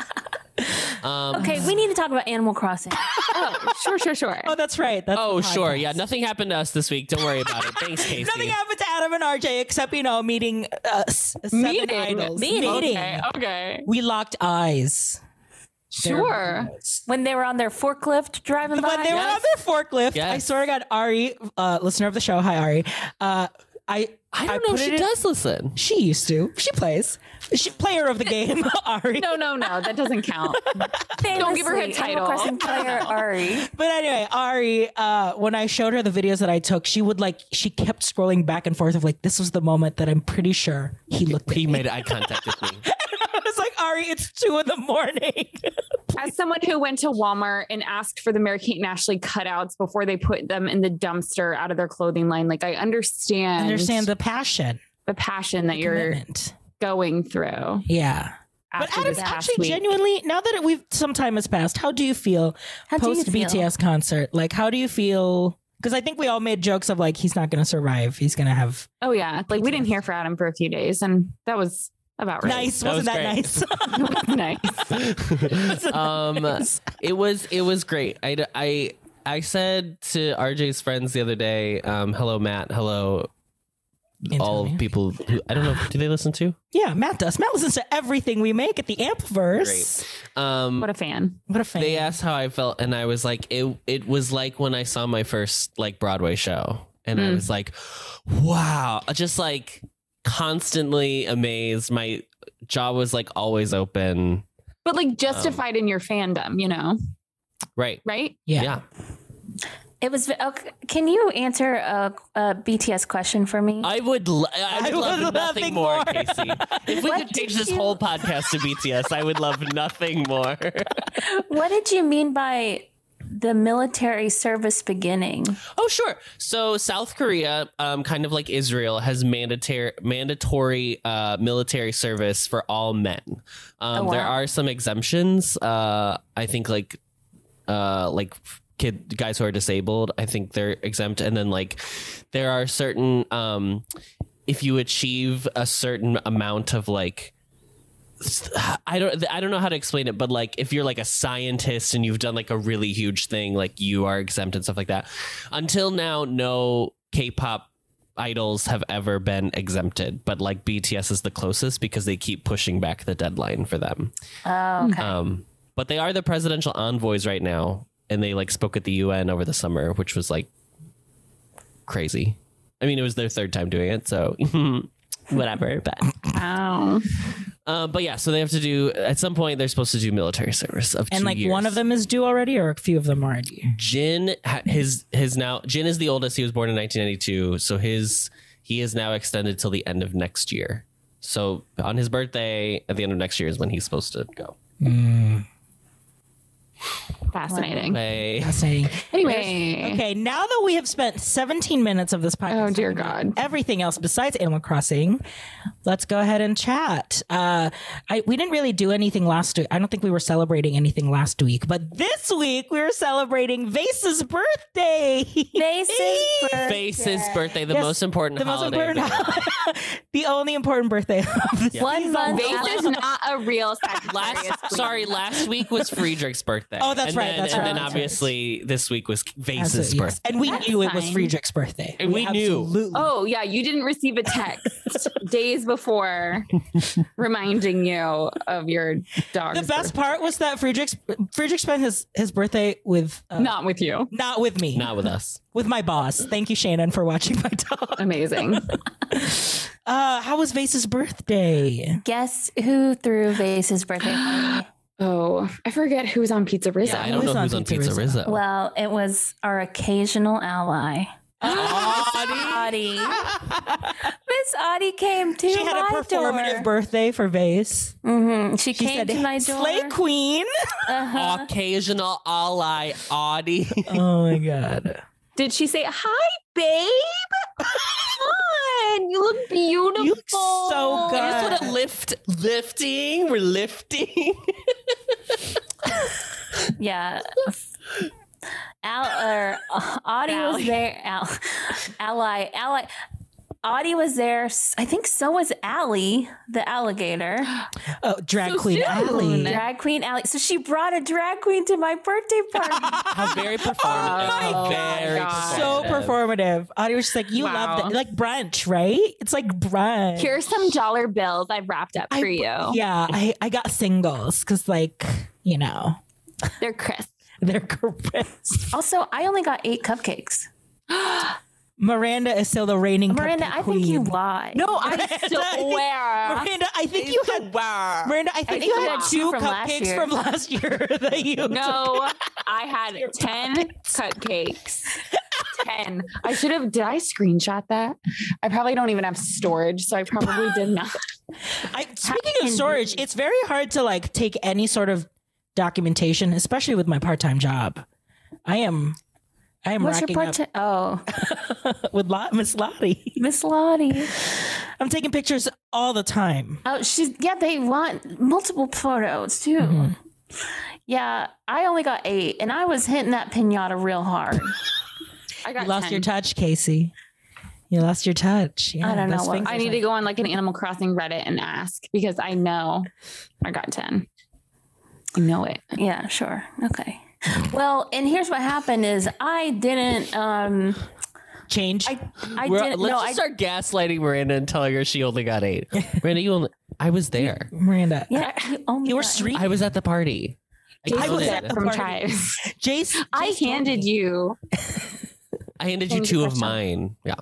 [SPEAKER 4] Um,
[SPEAKER 3] Okay, we need to talk about Animal Crossing.
[SPEAKER 2] Oh, sure, sure, sure.
[SPEAKER 1] Oh, that's right. That's
[SPEAKER 4] Oh,
[SPEAKER 1] the podcast.
[SPEAKER 4] sure. Yeah, nothing happened to us this week. Don't worry about it. Thanks, Casey.
[SPEAKER 1] Nothing happened to Adam and RJ except, you know, meeting uh, s- seven
[SPEAKER 2] Meeting.
[SPEAKER 1] idols.
[SPEAKER 3] Meeting.
[SPEAKER 2] Okay, okay.
[SPEAKER 1] We locked eyes.
[SPEAKER 2] Sure.
[SPEAKER 3] When they were on their forklift driving by,
[SPEAKER 1] When they were on their forklift, I
[SPEAKER 4] Yes.
[SPEAKER 1] swear I got Ari, uh, listener of the show. Hi, Ari. Uh, I,
[SPEAKER 4] I
[SPEAKER 1] I
[SPEAKER 4] don't know.
[SPEAKER 1] put it
[SPEAKER 4] She
[SPEAKER 1] in-
[SPEAKER 4] does listen.
[SPEAKER 1] she used to. She plays. She, player of the game, Ari.
[SPEAKER 2] No, no, no. That doesn't count.
[SPEAKER 3] Famously,
[SPEAKER 2] give her a title.
[SPEAKER 3] Animal Crossing player Ari.
[SPEAKER 1] But anyway, Ari, uh, when I showed her the videos that I took, she would like, she kept scrolling back and forth of like, this was the moment that I'm pretty sure he looked at
[SPEAKER 4] He
[SPEAKER 1] me.
[SPEAKER 4] made eye contact with me.
[SPEAKER 1] I was like, Ari, it's two in the morning.
[SPEAKER 2] As someone who went to Walmart and asked for the Mary Kate and Ashley cutouts before they put them in the dumpster out of their clothing line, like I understand,
[SPEAKER 1] Understand the passion,
[SPEAKER 2] the passion that
[SPEAKER 1] the
[SPEAKER 2] you're
[SPEAKER 1] commitment.
[SPEAKER 2] going through.
[SPEAKER 1] Yeah. But
[SPEAKER 2] after
[SPEAKER 1] Adam,
[SPEAKER 2] this past
[SPEAKER 1] actually,
[SPEAKER 2] week.
[SPEAKER 1] genuinely, now that it, we've some time has passed, how do you feel
[SPEAKER 3] How do you
[SPEAKER 1] post
[SPEAKER 3] feel?
[SPEAKER 1] BTS concert? Like, how do you feel? Because I think we all made jokes of like, he's not going to survive. He's going to have
[SPEAKER 2] Oh yeah, like we didn't hear for Adam for a few days, and that was about right.
[SPEAKER 1] nice.
[SPEAKER 4] That
[SPEAKER 1] Wasn't
[SPEAKER 4] was
[SPEAKER 1] that
[SPEAKER 4] great.
[SPEAKER 1] nice?
[SPEAKER 2] nice.
[SPEAKER 4] um, it was it was great. I d- I I said to RJ's friends the other day, um, hello Matt, hello all
[SPEAKER 1] Antonio.
[SPEAKER 4] people. Who, I don't know. Do they listen to?
[SPEAKER 1] yeah, Matt does. Matt listens to everything we make at the Ampverse.
[SPEAKER 4] Um,
[SPEAKER 2] What a fan.
[SPEAKER 1] What a fan!
[SPEAKER 4] they asked how I felt, and I was like, it. It was like when I saw my first like Broadway show, and I
[SPEAKER 2] Mm.
[SPEAKER 4] was like, wow, just like constantly amazed. My jaw was like always open.
[SPEAKER 2] But like justified in your fandom, you know,
[SPEAKER 4] Right.
[SPEAKER 2] right?
[SPEAKER 1] yeah.
[SPEAKER 4] Yeah.
[SPEAKER 3] It was. Okay, can you answer a, a BTS question for me?
[SPEAKER 4] I would. Lo- I would love, nothing, more, Casey. If we
[SPEAKER 3] What
[SPEAKER 4] could change
[SPEAKER 3] did
[SPEAKER 4] this
[SPEAKER 3] you-
[SPEAKER 4] whole podcast to BTS, I would love nothing more.
[SPEAKER 3] what did you mean by the military service beginning?
[SPEAKER 4] Oh, sure. So South Korea, um, kind of like Israel, has mandatory mandatory uh, military service for all men. Um,
[SPEAKER 3] Oh,
[SPEAKER 4] There
[SPEAKER 3] wow.
[SPEAKER 4] are some exemptions. Uh, I think like uh, like kid guys who are disabled. I think they're exempt, and then like there are certain um, if you achieve a certain amount of like. I don't I don't know how to explain it, but like if you're like a scientist and you've done like a really huge thing, like you are exempt and stuff like that. Until now, no K-pop idols have ever been exempted, but like BTS is the closest because they keep pushing back the deadline for them.
[SPEAKER 1] Hmm.
[SPEAKER 3] Oh, okay.
[SPEAKER 4] Um, but they are the presidential envoys right now, and they like spoke at the UN over the summer, which was like crazy. I mean, it was their third time doing it, so whatever. But
[SPEAKER 2] Wow.
[SPEAKER 4] uh, but yeah, so they have to do at some point they're supposed to do military service of
[SPEAKER 1] And
[SPEAKER 4] two
[SPEAKER 1] like
[SPEAKER 4] years.
[SPEAKER 1] one of them is due already, or a few of them already.
[SPEAKER 4] Jin ha- his his now Jin is the oldest. He was born in 1992, so his he is now extended till the end of next year. So on his birthday at the end of next year is when he's supposed to go.
[SPEAKER 2] Fascinating.
[SPEAKER 4] Play.
[SPEAKER 1] Fascinating.
[SPEAKER 2] Anyway.
[SPEAKER 1] Okay, now that we have spent 17 minutes of this podcast,
[SPEAKER 2] Oh, dear God.
[SPEAKER 1] everything else besides Animal Crossing, let's go ahead and chat. Uh, I we didn't really do anything last week. I don't think we were celebrating anything last week, but this week we were celebrating Vase's birthday.
[SPEAKER 3] Faces birth-
[SPEAKER 4] Face's birthday, the
[SPEAKER 1] Yes,
[SPEAKER 4] most important
[SPEAKER 1] the most
[SPEAKER 4] holiday.
[SPEAKER 1] important,
[SPEAKER 4] of the year.
[SPEAKER 1] the only important birthday of this.
[SPEAKER 3] One month.
[SPEAKER 2] Faith
[SPEAKER 3] after-
[SPEAKER 2] is not a real Sagittarius.
[SPEAKER 4] last,
[SPEAKER 2] queen.
[SPEAKER 4] sorry, last week was Friedrich's birthday.
[SPEAKER 1] Oh, that's
[SPEAKER 4] and
[SPEAKER 1] right,
[SPEAKER 4] Then,
[SPEAKER 1] that's
[SPEAKER 4] and
[SPEAKER 1] right,
[SPEAKER 4] then
[SPEAKER 1] that's right.
[SPEAKER 4] obviously this week was Vase's
[SPEAKER 1] Absolutely,
[SPEAKER 4] birthday.
[SPEAKER 1] yes. And we
[SPEAKER 2] That's
[SPEAKER 1] knew it was
[SPEAKER 2] fine.
[SPEAKER 1] Friedrich's birthday.
[SPEAKER 4] And we knew.
[SPEAKER 1] Absolutely.
[SPEAKER 2] Oh yeah, you didn't receive a text days before reminding you of your dog's
[SPEAKER 1] the best
[SPEAKER 2] birth-
[SPEAKER 1] part was that Friedrich Friedrich spent his his birthday with uh,
[SPEAKER 2] Not with you.
[SPEAKER 1] not with me,
[SPEAKER 4] Not with us.
[SPEAKER 1] with my boss. Thank you, Shannon, for watching my dog.
[SPEAKER 2] Amazing.
[SPEAKER 1] Uh, how was Vase's birthday?
[SPEAKER 3] Guess who threw Vase's birthday party?
[SPEAKER 2] Oh, I forget who's on Pizza Rizzo.
[SPEAKER 4] Yeah, I don't
[SPEAKER 1] Who's
[SPEAKER 4] know
[SPEAKER 1] on
[SPEAKER 4] who's on
[SPEAKER 1] Pizza
[SPEAKER 4] Pizza
[SPEAKER 1] Rizzo?
[SPEAKER 4] Rizzo.
[SPEAKER 3] Well, it was our occasional ally. Audie. Miss Audie came to
[SPEAKER 1] she had a
[SPEAKER 3] my
[SPEAKER 1] performative
[SPEAKER 3] door.
[SPEAKER 1] birthday for Vase.
[SPEAKER 3] hmm She,
[SPEAKER 1] She
[SPEAKER 3] came to my door.
[SPEAKER 1] "Slay Queen."
[SPEAKER 3] Uh-huh.
[SPEAKER 4] occasional ally Audie.
[SPEAKER 1] oh my god!
[SPEAKER 2] Did she say hi, babe? Come on, you look beautiful.
[SPEAKER 1] You look so good.
[SPEAKER 4] I just want to lift, lifting. We're lifting.
[SPEAKER 3] Yeah. Al or uh, Audie was
[SPEAKER 2] Ally.
[SPEAKER 3] there. Al, ally, ally. Audie was there. S- I think so was Allie, the alligator,
[SPEAKER 1] Oh, drag
[SPEAKER 2] So
[SPEAKER 1] queen
[SPEAKER 2] soon.
[SPEAKER 1] Allie.
[SPEAKER 3] drag queen Allie. So she brought a drag queen to my birthday party.
[SPEAKER 4] How very performative.
[SPEAKER 2] my
[SPEAKER 4] How very
[SPEAKER 2] God.
[SPEAKER 1] So
[SPEAKER 4] performative.
[SPEAKER 1] performative. Audie was just like, "You
[SPEAKER 2] Wow.
[SPEAKER 1] love that, like brunch, right? It's like brunch."
[SPEAKER 2] Here's some dollar bills I've wrapped up
[SPEAKER 1] I-
[SPEAKER 2] for you.
[SPEAKER 1] Yeah, I, I got singles because, like, you know,
[SPEAKER 2] They're crisp.
[SPEAKER 1] they're crisp.
[SPEAKER 3] also, I only got eight cupcakes.
[SPEAKER 1] Miranda is still the reigning
[SPEAKER 3] Miranda,
[SPEAKER 1] cupcake
[SPEAKER 3] I think you
[SPEAKER 1] queen.
[SPEAKER 3] lied.
[SPEAKER 2] No, I swear.
[SPEAKER 1] Miranda, I think you had Miranda, I think
[SPEAKER 3] think
[SPEAKER 1] you
[SPEAKER 3] you
[SPEAKER 1] had
[SPEAKER 3] had
[SPEAKER 1] two
[SPEAKER 3] two from last
[SPEAKER 1] cupcakes
[SPEAKER 3] year.
[SPEAKER 1] from last year that you
[SPEAKER 2] No, I had 10 cupcakes. 10. I should have. Did I screenshot that? I probably don't even have storage, so I probably did not.
[SPEAKER 1] I, speaking of storage, it's very hard to like take any sort of documentation, especially with my part-time job. I am, I am
[SPEAKER 3] What's your
[SPEAKER 1] racking
[SPEAKER 3] part? ti- oh,
[SPEAKER 1] up with La- Miss Lottie.
[SPEAKER 3] Miss Lottie.
[SPEAKER 1] I'm taking pictures all the time.
[SPEAKER 3] Oh, she's yeah. They want multiple photos too.
[SPEAKER 1] Mm-hmm.
[SPEAKER 3] Yeah, I only got eight, and I was hitting that pinata real hard.
[SPEAKER 2] I
[SPEAKER 1] You
[SPEAKER 2] got
[SPEAKER 1] lost
[SPEAKER 2] 10.
[SPEAKER 1] your touch, Casey. You lost your touch. Yeah,
[SPEAKER 3] I don't know
[SPEAKER 1] those
[SPEAKER 3] what-
[SPEAKER 1] fingers
[SPEAKER 2] I need
[SPEAKER 1] are-
[SPEAKER 2] to go on like an Animal Crossing Reddit and ask because I know I got 10. I know it.
[SPEAKER 3] Yeah, sure. Okay. Well, and here's what happened is I didn't um
[SPEAKER 1] change.
[SPEAKER 3] I I
[SPEAKER 4] We're-
[SPEAKER 3] didn't
[SPEAKER 4] let's
[SPEAKER 3] no
[SPEAKER 4] just
[SPEAKER 3] I
[SPEAKER 4] start gaslighting Miranda and telling her she only got eight. Miranda, you only. I was there.
[SPEAKER 1] Miranda,
[SPEAKER 3] yeah, you, oh only
[SPEAKER 1] you were
[SPEAKER 3] got-
[SPEAKER 1] street.
[SPEAKER 4] I was at the party.
[SPEAKER 1] I
[SPEAKER 4] yelled
[SPEAKER 1] was
[SPEAKER 4] at
[SPEAKER 1] at
[SPEAKER 4] it.
[SPEAKER 1] the-
[SPEAKER 2] from
[SPEAKER 1] party.
[SPEAKER 2] Chives.
[SPEAKER 1] Jace, Jace
[SPEAKER 2] I
[SPEAKER 1] told
[SPEAKER 2] handed
[SPEAKER 1] me.
[SPEAKER 2] you.
[SPEAKER 4] I handed you
[SPEAKER 2] Thank
[SPEAKER 4] two
[SPEAKER 2] you,
[SPEAKER 4] of
[SPEAKER 2] Crystal.
[SPEAKER 4] mine. Yeah.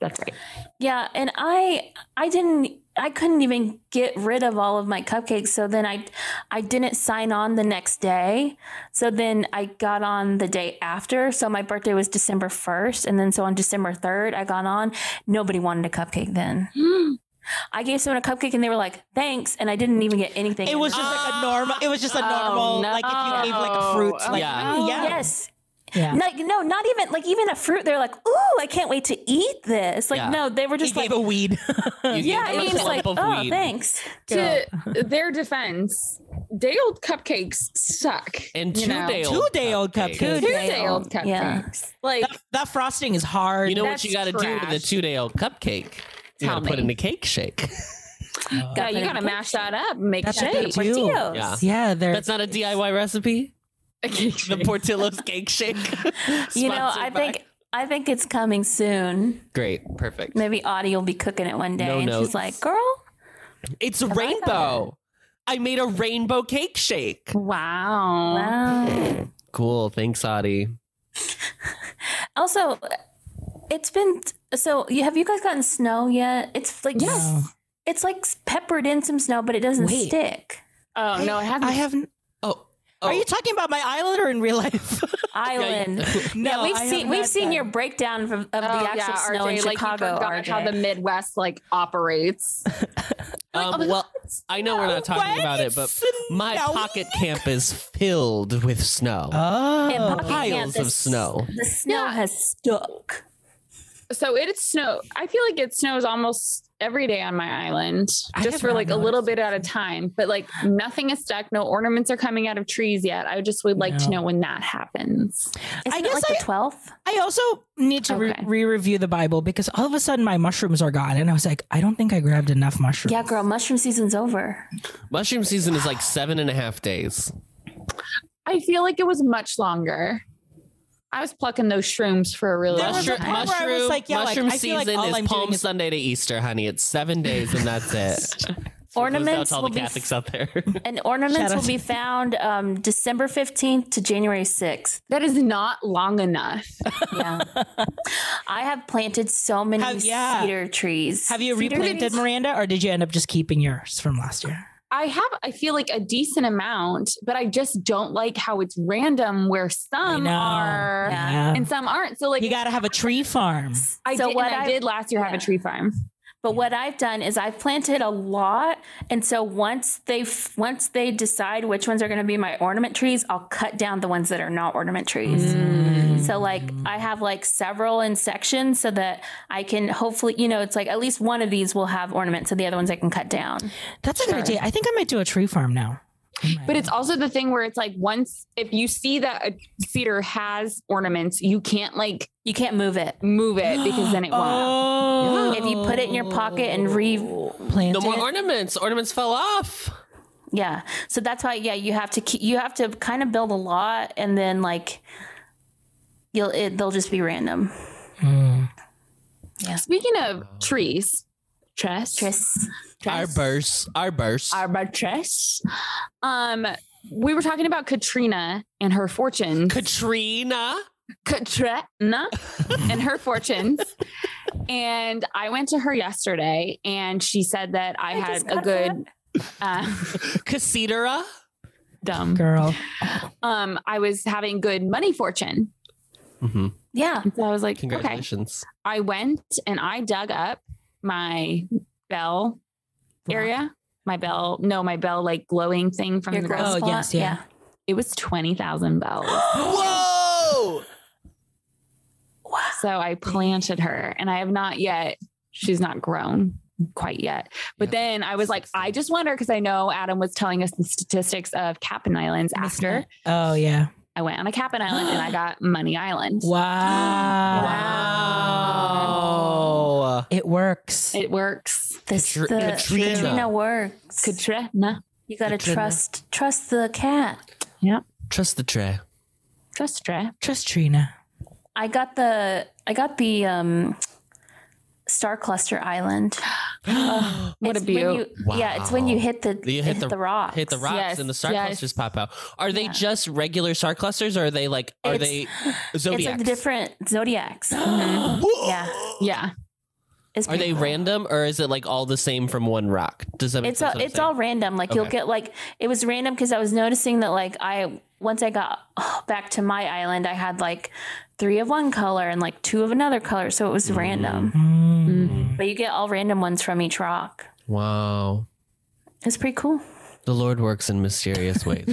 [SPEAKER 2] That's right.
[SPEAKER 3] Yeah, and I I didn't I couldn't even get rid of all of my cupcakes, so then I I didn't sign on the next day. So then I got on the day after. So my birthday was December 1st, and then so on December 3rd I got on. Nobody wanted a cupcake then. I gave someone a cupcake and they were like, "Thanks," and I didn't even get anything.
[SPEAKER 1] It was just like a normal. It was just a normal, like if you gave like
[SPEAKER 2] no.
[SPEAKER 1] fruits,
[SPEAKER 2] Oh,
[SPEAKER 1] like
[SPEAKER 4] Yeah.
[SPEAKER 1] mm, yeah.
[SPEAKER 3] Oh, Yes,
[SPEAKER 1] Yeah.
[SPEAKER 3] Like, no, not even like even a fruit. They're like, ooh, I can't wait to eat this. Like,
[SPEAKER 4] Yeah.
[SPEAKER 3] no, they were just
[SPEAKER 1] he
[SPEAKER 3] like,
[SPEAKER 1] gave a weed.
[SPEAKER 4] You gave
[SPEAKER 3] yeah, it
[SPEAKER 4] them a
[SPEAKER 3] was just like,
[SPEAKER 4] clump of
[SPEAKER 3] oh,
[SPEAKER 4] weed.
[SPEAKER 3] thanks.
[SPEAKER 2] to their defense, day old cupcakes suck.
[SPEAKER 4] And
[SPEAKER 2] you
[SPEAKER 4] two
[SPEAKER 2] know?
[SPEAKER 4] day
[SPEAKER 1] Two day old cupcakes.
[SPEAKER 2] Two day old
[SPEAKER 3] day-old,
[SPEAKER 2] cupcakes.
[SPEAKER 3] yeah.
[SPEAKER 2] Like
[SPEAKER 1] That, that frosting is hard.
[SPEAKER 4] You know
[SPEAKER 2] That's
[SPEAKER 4] what you got to do to the
[SPEAKER 2] trash.
[SPEAKER 4] two day old cupcake? You
[SPEAKER 2] Tell
[SPEAKER 4] gotta put
[SPEAKER 2] me.
[SPEAKER 4] in a cake shake.
[SPEAKER 1] Uh,
[SPEAKER 2] yeah,
[SPEAKER 3] Got
[SPEAKER 2] you
[SPEAKER 3] that
[SPEAKER 2] gotta
[SPEAKER 3] in
[SPEAKER 2] mash that up, and make
[SPEAKER 1] That's what
[SPEAKER 2] shape.
[SPEAKER 1] they do.
[SPEAKER 3] Portillos.
[SPEAKER 4] Yeah.
[SPEAKER 1] yeah, they're
[SPEAKER 4] That's not a DIY recipe.
[SPEAKER 2] A cake
[SPEAKER 4] The
[SPEAKER 2] shape.
[SPEAKER 4] Portillo's cake shake.
[SPEAKER 3] You know,
[SPEAKER 4] Sponsored
[SPEAKER 3] I
[SPEAKER 4] by-
[SPEAKER 3] think I think it's coming soon.
[SPEAKER 4] great, perfect.
[SPEAKER 3] Maybe Audie will be cooking it one day,
[SPEAKER 4] No
[SPEAKER 3] and
[SPEAKER 4] notes.
[SPEAKER 3] she's like, "Girl,
[SPEAKER 4] It's a
[SPEAKER 3] I done
[SPEAKER 4] rainbow. I made a rainbow cake shake.
[SPEAKER 2] wow.
[SPEAKER 3] wow."
[SPEAKER 4] Cool. Thanks, Adi.
[SPEAKER 3] also, it's been so. You have you guys gotten snow yet? It's like
[SPEAKER 1] No.
[SPEAKER 3] it's like peppered in some snow, but it doesn't
[SPEAKER 1] Wait.
[SPEAKER 3] stick.
[SPEAKER 2] Oh no, I haven't.
[SPEAKER 1] I haven't.
[SPEAKER 4] Oh,
[SPEAKER 1] Are you talking about my island or in real life?
[SPEAKER 3] Island.
[SPEAKER 1] no,
[SPEAKER 3] yeah, we've
[SPEAKER 1] I
[SPEAKER 3] seen
[SPEAKER 1] haven't
[SPEAKER 3] we've
[SPEAKER 1] had
[SPEAKER 3] seen
[SPEAKER 1] that.
[SPEAKER 3] your breakdown of, of
[SPEAKER 2] Oh,
[SPEAKER 3] the actual snow in
[SPEAKER 2] like, you
[SPEAKER 3] Chicago.
[SPEAKER 2] forgot
[SPEAKER 3] RJ.
[SPEAKER 2] how the Midwest like operates.
[SPEAKER 4] Um, well, I know we're not talking
[SPEAKER 1] What?
[SPEAKER 4] about it, but
[SPEAKER 1] oh It's
[SPEAKER 4] my
[SPEAKER 1] snowy.
[SPEAKER 4] pocket camp is filled with snow.
[SPEAKER 1] Oh,
[SPEAKER 3] And Pocket Camp,
[SPEAKER 4] Piles
[SPEAKER 3] the
[SPEAKER 4] of
[SPEAKER 3] s-
[SPEAKER 4] snow.
[SPEAKER 3] The snow
[SPEAKER 2] Yeah.
[SPEAKER 3] has stuck.
[SPEAKER 2] So it snow. I feel like it snows almost every day on my island,
[SPEAKER 1] I
[SPEAKER 2] just
[SPEAKER 1] have
[SPEAKER 2] for
[SPEAKER 1] not
[SPEAKER 2] like a little
[SPEAKER 1] noticed
[SPEAKER 2] bit at a time. But like nothing is stuck. No ornaments are coming out of trees yet. I just would like to
[SPEAKER 1] No.
[SPEAKER 2] know when that happens.
[SPEAKER 3] Isn't
[SPEAKER 1] guess
[SPEAKER 3] it like
[SPEAKER 1] I-
[SPEAKER 3] the twelfth?
[SPEAKER 1] I also need to
[SPEAKER 2] Okay.
[SPEAKER 1] re- re-review the Bible because all of a sudden my mushrooms are gone, and I was like, I don't think I grabbed enough mushrooms.
[SPEAKER 3] Yeah, girl, mushroom season's over.
[SPEAKER 4] Mushroom season is like seven and a half days.
[SPEAKER 2] I feel like it was much longer. I was plucking those shrooms for a really
[SPEAKER 1] There
[SPEAKER 2] long
[SPEAKER 1] was
[SPEAKER 4] Mushroom,
[SPEAKER 1] a
[SPEAKER 2] time.
[SPEAKER 1] part where I was
[SPEAKER 4] mushroom,
[SPEAKER 1] like, yeah, like,
[SPEAKER 4] mushroom
[SPEAKER 1] I feel like
[SPEAKER 4] season
[SPEAKER 1] all
[SPEAKER 4] is
[SPEAKER 1] I'm doing
[SPEAKER 4] Palm
[SPEAKER 1] is-
[SPEAKER 4] Sunday to Easter, honey. It's seven days and that's it.
[SPEAKER 3] Ornaments
[SPEAKER 4] That's all
[SPEAKER 3] will
[SPEAKER 4] the
[SPEAKER 3] be
[SPEAKER 4] Catholics out there.
[SPEAKER 3] and
[SPEAKER 1] Shout
[SPEAKER 3] ornaments
[SPEAKER 1] out
[SPEAKER 3] will be found um, December fifteenth to January sixth.
[SPEAKER 2] That is not long enough.
[SPEAKER 3] Yeah, I have planted so many
[SPEAKER 1] Have- yeah.
[SPEAKER 3] cedar trees.
[SPEAKER 1] Have you
[SPEAKER 3] Cedar
[SPEAKER 1] replanted
[SPEAKER 3] trees?
[SPEAKER 1] Miranda, or did you end up just keeping yours from last year?
[SPEAKER 2] I have, I feel like a decent amount, but I just don't like how it's random where some
[SPEAKER 1] know.
[SPEAKER 2] are
[SPEAKER 1] Yeah.
[SPEAKER 2] and some aren't. So like
[SPEAKER 1] You got to have a tree farm.
[SPEAKER 2] I
[SPEAKER 3] So
[SPEAKER 2] did,
[SPEAKER 3] what
[SPEAKER 2] and I,
[SPEAKER 3] I-
[SPEAKER 2] did last year have
[SPEAKER 3] yeah.
[SPEAKER 2] a tree farm.
[SPEAKER 3] But what I've done is I've planted a lot, and so once they f- once they decide which ones are going to be my ornament trees, I'll cut down the ones that are not ornament trees.
[SPEAKER 1] Mm.
[SPEAKER 4] Mm.
[SPEAKER 3] So like I have like several in sections so that I can hopefully you know it's like at least one of these will have ornaments, so the other ones I can cut down.
[SPEAKER 1] That's a good idea. I think I might do a tree farm now.
[SPEAKER 2] But it's also the thing where it's like once if you see that a cedar has ornaments, you can't like
[SPEAKER 3] You can't move it.
[SPEAKER 2] move it because then it won't.
[SPEAKER 1] Oh,
[SPEAKER 3] If you put it in your pocket and re
[SPEAKER 1] plant
[SPEAKER 4] no more
[SPEAKER 1] it.
[SPEAKER 4] ornaments. Ornaments fell off.
[SPEAKER 3] yeah, so that's why yeah you have to keep you have to kind of build a lot and then like you'll it, they'll just be random.
[SPEAKER 1] Mm.
[SPEAKER 2] Speaking of trees, tress,
[SPEAKER 3] Tris,
[SPEAKER 4] Our burst. Our burst.
[SPEAKER 2] arbitress. Um, we were talking about Katrina and her fortune.
[SPEAKER 4] Katrina.
[SPEAKER 2] Katrina and her fortunes. And I went to her yesterday and she said that I, had
[SPEAKER 3] just
[SPEAKER 2] a
[SPEAKER 3] got
[SPEAKER 2] good uh,
[SPEAKER 4] Casidera.
[SPEAKER 2] dumb.
[SPEAKER 1] girl.
[SPEAKER 2] Um, I was having good money fortune.
[SPEAKER 4] Mm-hmm.
[SPEAKER 3] yeah.
[SPEAKER 2] And so I was like, okay.
[SPEAKER 4] Congratulations.
[SPEAKER 2] I went and I dug up my bell area. My bell, no, my bell like glowing thing from
[SPEAKER 3] Your
[SPEAKER 2] the
[SPEAKER 3] girl
[SPEAKER 2] ground.
[SPEAKER 1] Oh,
[SPEAKER 3] spot.
[SPEAKER 1] yes, yeah.
[SPEAKER 2] It was 20,000 bells.
[SPEAKER 4] Whoa!
[SPEAKER 2] So I planted her and I have not yet, she's not grown quite yet. But
[SPEAKER 4] Yeah.
[SPEAKER 2] then I was like, I just wonder because I know Adam was telling us the statistics of Cap'n Islands after
[SPEAKER 1] Oh yeah.
[SPEAKER 2] I went on a Cap'n Island and I got Money Island.
[SPEAKER 1] Wow.
[SPEAKER 4] Wow.
[SPEAKER 1] It works.
[SPEAKER 2] It works.
[SPEAKER 3] This
[SPEAKER 4] Katri-
[SPEAKER 3] the
[SPEAKER 4] Katrina.
[SPEAKER 3] Katrina, works.
[SPEAKER 2] Katrina.
[SPEAKER 3] you gotta
[SPEAKER 4] Katrina.
[SPEAKER 3] trust trust the cat.
[SPEAKER 4] Trust the tray.
[SPEAKER 2] Trust Dre.
[SPEAKER 1] Trust Trina.
[SPEAKER 3] I got the I got the um Star Cluster Island.
[SPEAKER 2] What a
[SPEAKER 3] It's when
[SPEAKER 2] beaut.
[SPEAKER 3] you- Yeah, it's when
[SPEAKER 4] Wow.
[SPEAKER 3] you hit the
[SPEAKER 4] You hit the-
[SPEAKER 3] rocks.
[SPEAKER 4] Hit the rocks
[SPEAKER 2] Yes,
[SPEAKER 4] and the star
[SPEAKER 2] yes.
[SPEAKER 4] clusters pop out. Are they just regular star clusters or are they like, are
[SPEAKER 3] It's-
[SPEAKER 4] they
[SPEAKER 3] It's like
[SPEAKER 4] zodiacs?
[SPEAKER 3] the different zodiacs. Mm-hmm.
[SPEAKER 4] Whoa!
[SPEAKER 3] yeah,
[SPEAKER 2] yeah.
[SPEAKER 3] it's
[SPEAKER 4] Are they
[SPEAKER 3] pretty cool.
[SPEAKER 4] random or is it like all the same from one rock? Does that make
[SPEAKER 3] It's
[SPEAKER 4] sense?
[SPEAKER 3] all,
[SPEAKER 4] what I'm
[SPEAKER 3] it's all
[SPEAKER 4] saying?
[SPEAKER 3] random. Like you'll
[SPEAKER 4] Okay.
[SPEAKER 3] get like it was random because I was noticing that like I once I got oh, back to my island, I had like three of one color and like two of another color, so it was
[SPEAKER 1] Mm.
[SPEAKER 3] random. Mm-hmm.
[SPEAKER 4] Mm-hmm.
[SPEAKER 3] But you get all random ones from each rock.
[SPEAKER 4] Wow.
[SPEAKER 3] It's pretty cool.
[SPEAKER 4] The Lord works in mysterious ways.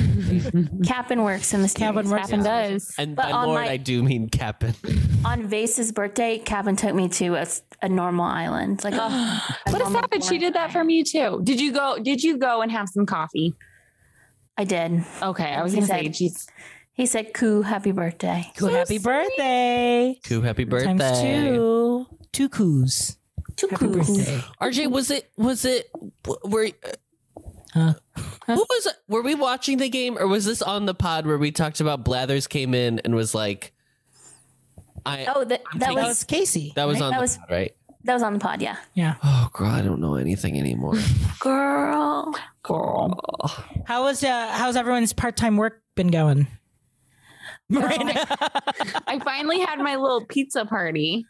[SPEAKER 3] Cap'n works in mysterious
[SPEAKER 1] Cap'n works in
[SPEAKER 3] fashions.
[SPEAKER 2] does.
[SPEAKER 4] And
[SPEAKER 3] But
[SPEAKER 4] by
[SPEAKER 3] on
[SPEAKER 4] Lord,
[SPEAKER 3] my-
[SPEAKER 4] I do mean Cap'n.
[SPEAKER 3] On Vase's birthday, Cap'n took me to a, s- a normal island. Like, oh,
[SPEAKER 2] What a savage. She did that for me too. Did you go? Did you go and have some coffee?
[SPEAKER 3] I did.
[SPEAKER 2] Okay, I was
[SPEAKER 3] He
[SPEAKER 2] gonna
[SPEAKER 3] said-
[SPEAKER 2] say, geez,
[SPEAKER 3] He said, "Coo, happy birthday."
[SPEAKER 1] Coo,
[SPEAKER 2] So
[SPEAKER 1] happy
[SPEAKER 2] sweet.
[SPEAKER 1] birthday.
[SPEAKER 4] Coo, happy birthday.
[SPEAKER 1] Times two. Two coos.
[SPEAKER 3] Two
[SPEAKER 1] Happy
[SPEAKER 3] coos.
[SPEAKER 1] birthday.
[SPEAKER 4] RJ, was it was it w- were
[SPEAKER 1] Huh?
[SPEAKER 4] what was were we watching the game or was this on the pod where we talked about Blathers came in and was like I
[SPEAKER 3] Oh, that, that
[SPEAKER 4] taking-
[SPEAKER 1] That
[SPEAKER 3] was
[SPEAKER 1] was Casey.
[SPEAKER 4] that was
[SPEAKER 1] right?
[SPEAKER 4] on
[SPEAKER 3] That
[SPEAKER 4] the
[SPEAKER 3] was-
[SPEAKER 4] pod, right?
[SPEAKER 3] that was on the pod. Yeah,
[SPEAKER 1] Yeah.
[SPEAKER 4] Oh god, I don't know anything anymore.
[SPEAKER 3] girl.
[SPEAKER 2] girl.
[SPEAKER 1] How was uh how's everyone's part-time work been going? Miranda.
[SPEAKER 2] I finally had my little pizza party.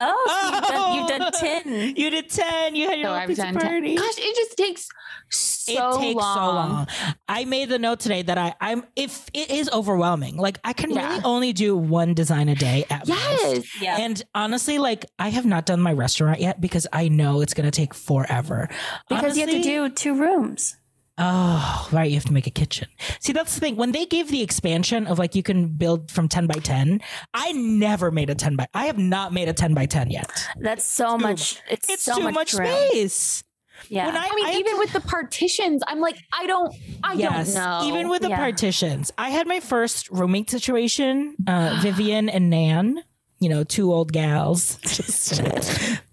[SPEAKER 3] Oh, so you've, done,
[SPEAKER 1] Oh.
[SPEAKER 3] you've done ten.
[SPEAKER 1] you did 10. You had your
[SPEAKER 2] So
[SPEAKER 1] little
[SPEAKER 2] I've
[SPEAKER 1] pizza
[SPEAKER 2] done ten-
[SPEAKER 1] party.
[SPEAKER 2] Gosh, it just takes so
[SPEAKER 1] it takes
[SPEAKER 2] long.
[SPEAKER 1] so long. I made the note today that I, I'm if it is overwhelming. Like I can
[SPEAKER 2] Yeah.
[SPEAKER 1] really only do one design a day at most.
[SPEAKER 2] Yes.
[SPEAKER 3] Yeah,
[SPEAKER 1] And honestly, like I have not done my restaurant yet because I know it's gonna take forever.
[SPEAKER 3] because you have to
[SPEAKER 1] Honestly,
[SPEAKER 3] do two rooms.
[SPEAKER 1] Oh, right. You have to make a kitchen. See, that's the thing. When they gave the expansion of like you can build from 10 by 10, I never made a 10 by I have not made a 10 by 10 yet.
[SPEAKER 3] That's so much. It's,
[SPEAKER 1] It's
[SPEAKER 3] so
[SPEAKER 1] too much
[SPEAKER 3] room.
[SPEAKER 1] space.
[SPEAKER 3] Yeah.
[SPEAKER 1] When I,
[SPEAKER 2] I mean,
[SPEAKER 1] I-
[SPEAKER 2] even with the partitions, I'm like, I don't, I
[SPEAKER 1] yes,
[SPEAKER 2] don't know.
[SPEAKER 1] even with the
[SPEAKER 3] Yeah.
[SPEAKER 1] partitions, I had my first roommate situation, uh, Vivian and Nan, you know, two old gals just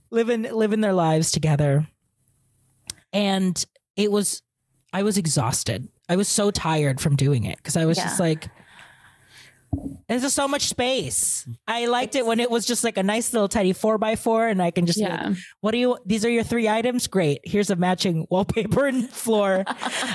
[SPEAKER 1] living living their lives together. And it was I was exhausted. I was so tired from doing it because I was
[SPEAKER 3] Yeah.
[SPEAKER 1] just like there's just so much space. I liked it when it was just like a nice little tiny four by four, and I can just be like,
[SPEAKER 2] yeah,
[SPEAKER 1] what do you? These are your three items. Great. Here's a matching wallpaper and floor.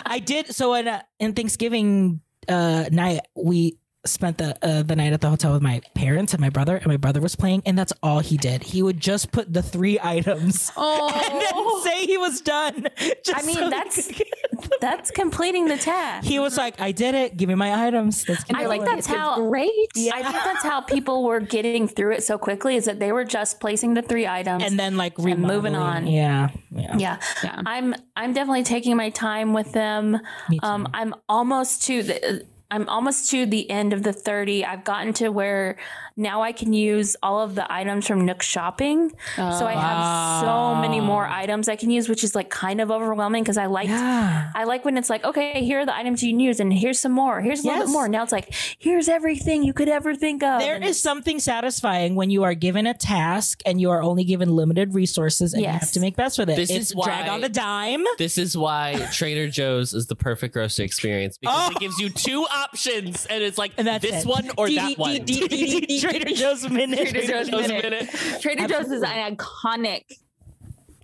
[SPEAKER 1] I did so in uh, in Thanksgiving uh, night we spent the uh, the night at the hotel with my parents and my brother, and my brother was playing, and that's all he did. He would just put the three items. And then
[SPEAKER 2] oh,
[SPEAKER 1] say he was done. Just
[SPEAKER 3] I mean,
[SPEAKER 1] so he
[SPEAKER 3] that's-
[SPEAKER 1] could get-
[SPEAKER 3] That's completing the task.
[SPEAKER 1] he was like, "I did it. Give me my items." Let's get
[SPEAKER 3] I
[SPEAKER 2] They're
[SPEAKER 1] going."
[SPEAKER 3] think that's
[SPEAKER 2] "This is
[SPEAKER 3] how-
[SPEAKER 2] great.
[SPEAKER 3] I think that's how people were getting through it so quickly is that they were just placing the three items.
[SPEAKER 1] and then like
[SPEAKER 3] moving
[SPEAKER 1] remodeling.
[SPEAKER 3] on.
[SPEAKER 1] Yeah, yeah.
[SPEAKER 3] yeah,
[SPEAKER 2] Yeah.
[SPEAKER 3] I'm I'm definitely taking my time with them.
[SPEAKER 1] Me too.
[SPEAKER 3] Um, I'm almost to the. I'm almost to the end of the 30. I've gotten to where now I can use all of the items from Nook Shopping. so I have
[SPEAKER 1] Oh.
[SPEAKER 3] so many more items I can use, which is like kind of overwhelming because I like
[SPEAKER 1] yeah.
[SPEAKER 3] I like when it's like, okay, here are the items you can use, and here's some more. Here's a little
[SPEAKER 1] Yes.
[SPEAKER 3] bit more. Now it's like, here's everything you could ever think of.
[SPEAKER 1] There
[SPEAKER 3] And
[SPEAKER 1] is something satisfying when you are given a task and you are only given limited resources and you
[SPEAKER 3] Yes.
[SPEAKER 1] have to make best with it.
[SPEAKER 4] This
[SPEAKER 1] it's
[SPEAKER 4] is why-
[SPEAKER 1] drag on the dime.
[SPEAKER 4] This is why Trader Joe's is the perfect grocery experience because
[SPEAKER 1] Oh.
[SPEAKER 4] it gives you two options and it's like
[SPEAKER 1] And that's
[SPEAKER 4] this
[SPEAKER 1] it.
[SPEAKER 4] one or
[SPEAKER 1] Dee,
[SPEAKER 4] that
[SPEAKER 1] dee,
[SPEAKER 4] one.
[SPEAKER 1] dee, dee, dee, dee, Trader Joe's minute.
[SPEAKER 2] Trader Joe's
[SPEAKER 4] Joe's
[SPEAKER 2] minute. Trader Joe's is an iconic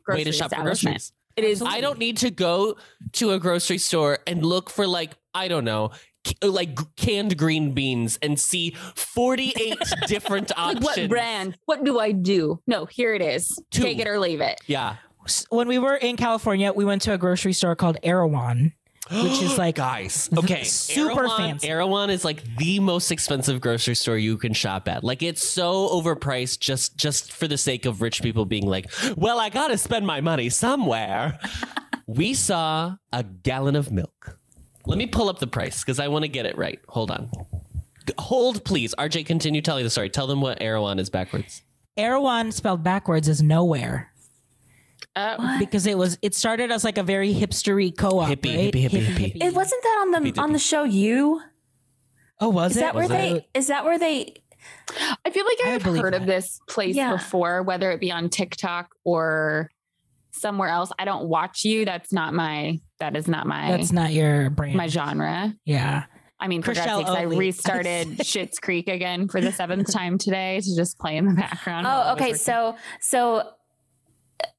[SPEAKER 2] grocery
[SPEAKER 4] Way to shop for
[SPEAKER 2] establishment.
[SPEAKER 4] groceries.
[SPEAKER 2] It is.
[SPEAKER 4] I don't need to go to a grocery store and look for like I don't know, c- like canned green beans and see 48 different
[SPEAKER 2] Like,
[SPEAKER 4] options.
[SPEAKER 2] what brand? What do I do? No, here it is.
[SPEAKER 4] Two.
[SPEAKER 2] Take it or leave it.
[SPEAKER 4] Yeah.
[SPEAKER 1] When we were in California, we went to a grocery store called Erewhon, which is like
[SPEAKER 4] guys. Okay.
[SPEAKER 1] super
[SPEAKER 4] Erewhon-
[SPEAKER 1] fancy.
[SPEAKER 4] Erewhon is like the most expensive grocery store you can shop at. Like it's so overpriced just just for the sake of rich people being like, "Well, I got to spend my money somewhere." we saw a gallon of milk. Let me pull up the price cuz I want to get it right. Hold on. G- Hold please. RJ continue telling the story. Tell them what Erewhon is backwards.
[SPEAKER 1] Erewhon spelled backwards is nowhere
[SPEAKER 2] Uh,
[SPEAKER 3] Ah.
[SPEAKER 1] because it was it started as like a very hipstery co-op.
[SPEAKER 4] Hippie,
[SPEAKER 1] right?
[SPEAKER 4] hippie, hippie, hippie.
[SPEAKER 3] it wasn't that on the on the show. You
[SPEAKER 1] Oh, was
[SPEAKER 3] is
[SPEAKER 1] it?
[SPEAKER 3] that where
[SPEAKER 1] Was it?
[SPEAKER 3] they is that where they
[SPEAKER 2] I feel like
[SPEAKER 1] I
[SPEAKER 2] I've
[SPEAKER 1] believe
[SPEAKER 2] heard of
[SPEAKER 1] that.
[SPEAKER 2] this place
[SPEAKER 3] Yeah.
[SPEAKER 2] before, whether it be on TikTok or somewhere else. I don't watch you. That's not my. That is not my.
[SPEAKER 1] That's not your brand.
[SPEAKER 2] my genre.
[SPEAKER 1] yeah.
[SPEAKER 2] I mean, for
[SPEAKER 1] Chrishell
[SPEAKER 2] God's sakes, I
[SPEAKER 1] Oakley.
[SPEAKER 2] restarted Shit's Creek again for the seventh time today to just play in the background. while I was
[SPEAKER 3] Oh, okay.
[SPEAKER 2] working.
[SPEAKER 3] So, so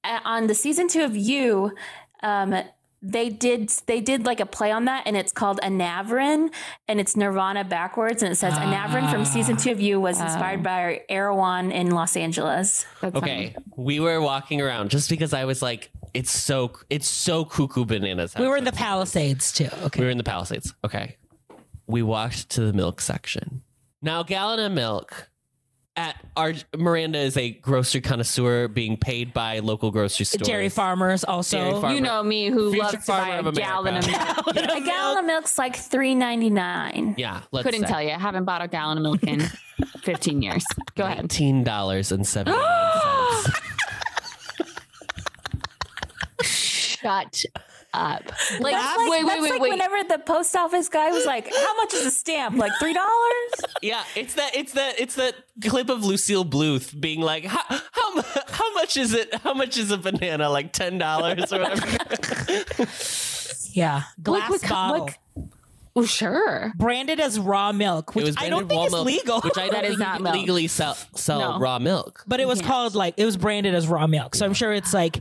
[SPEAKER 3] uh, on the season two of you, um, they did they did like a play on that, and it's called Anavrin, and it's Nirvana backwards, and it says Anavrin from season two of you
[SPEAKER 2] Ah.
[SPEAKER 3] was inspired by Erewhon in Los Angeles.
[SPEAKER 2] That's
[SPEAKER 4] Okay,
[SPEAKER 2] fine.
[SPEAKER 4] we were walking around just because I was like, it's so it's so cuckoo bananas.
[SPEAKER 1] We
[SPEAKER 4] out
[SPEAKER 1] were in the Palisades too. Okay.
[SPEAKER 4] We were in the Palisades. Okay. We walked to the milk section. Now, a gallon of milk at our Miranda is a grocery connoisseur being paid by local grocery stores.
[SPEAKER 1] Dairy farmers also.
[SPEAKER 4] Dairy farmer.
[SPEAKER 2] You know me who
[SPEAKER 4] Future
[SPEAKER 2] loves to
[SPEAKER 4] farmer
[SPEAKER 2] buy
[SPEAKER 4] of
[SPEAKER 2] a
[SPEAKER 4] America.
[SPEAKER 2] gallon of milk.
[SPEAKER 3] A gallon of milk's like three ninety nine.
[SPEAKER 4] Yeah, let's
[SPEAKER 2] Couldn't tell you. I haven't bought a gallon of milk in 15 years. Go ahead.
[SPEAKER 4] Nineteen dollars and seventy.
[SPEAKER 2] Shut up. Like,
[SPEAKER 3] That's like,
[SPEAKER 2] wait, wait,
[SPEAKER 3] that's
[SPEAKER 2] wait,
[SPEAKER 3] like
[SPEAKER 2] wait.
[SPEAKER 3] whenever the post office guy was like, "How much is a stamp? Like three dollars?"
[SPEAKER 4] yeah, it's that. It's that. It's that clip of Lucille Bluth being like, "How how, mu- how much is it? How much is a banana? Like ten dollars or whatever."
[SPEAKER 1] yeah. Glass
[SPEAKER 2] what co-
[SPEAKER 1] bottle.
[SPEAKER 2] what- Well, sure.
[SPEAKER 1] branded as raw milk, which I don't
[SPEAKER 4] branded
[SPEAKER 1] think
[SPEAKER 4] raw
[SPEAKER 1] is
[SPEAKER 4] milk,
[SPEAKER 1] legal.
[SPEAKER 4] Which I
[SPEAKER 2] That
[SPEAKER 4] don't
[SPEAKER 2] is
[SPEAKER 4] think
[SPEAKER 2] not
[SPEAKER 4] you can
[SPEAKER 2] milk.
[SPEAKER 4] legally sell sell
[SPEAKER 2] No.
[SPEAKER 4] raw milk.
[SPEAKER 1] but it was
[SPEAKER 2] Yeah.
[SPEAKER 1] called like it was branded as raw milk. So I'm sure it's like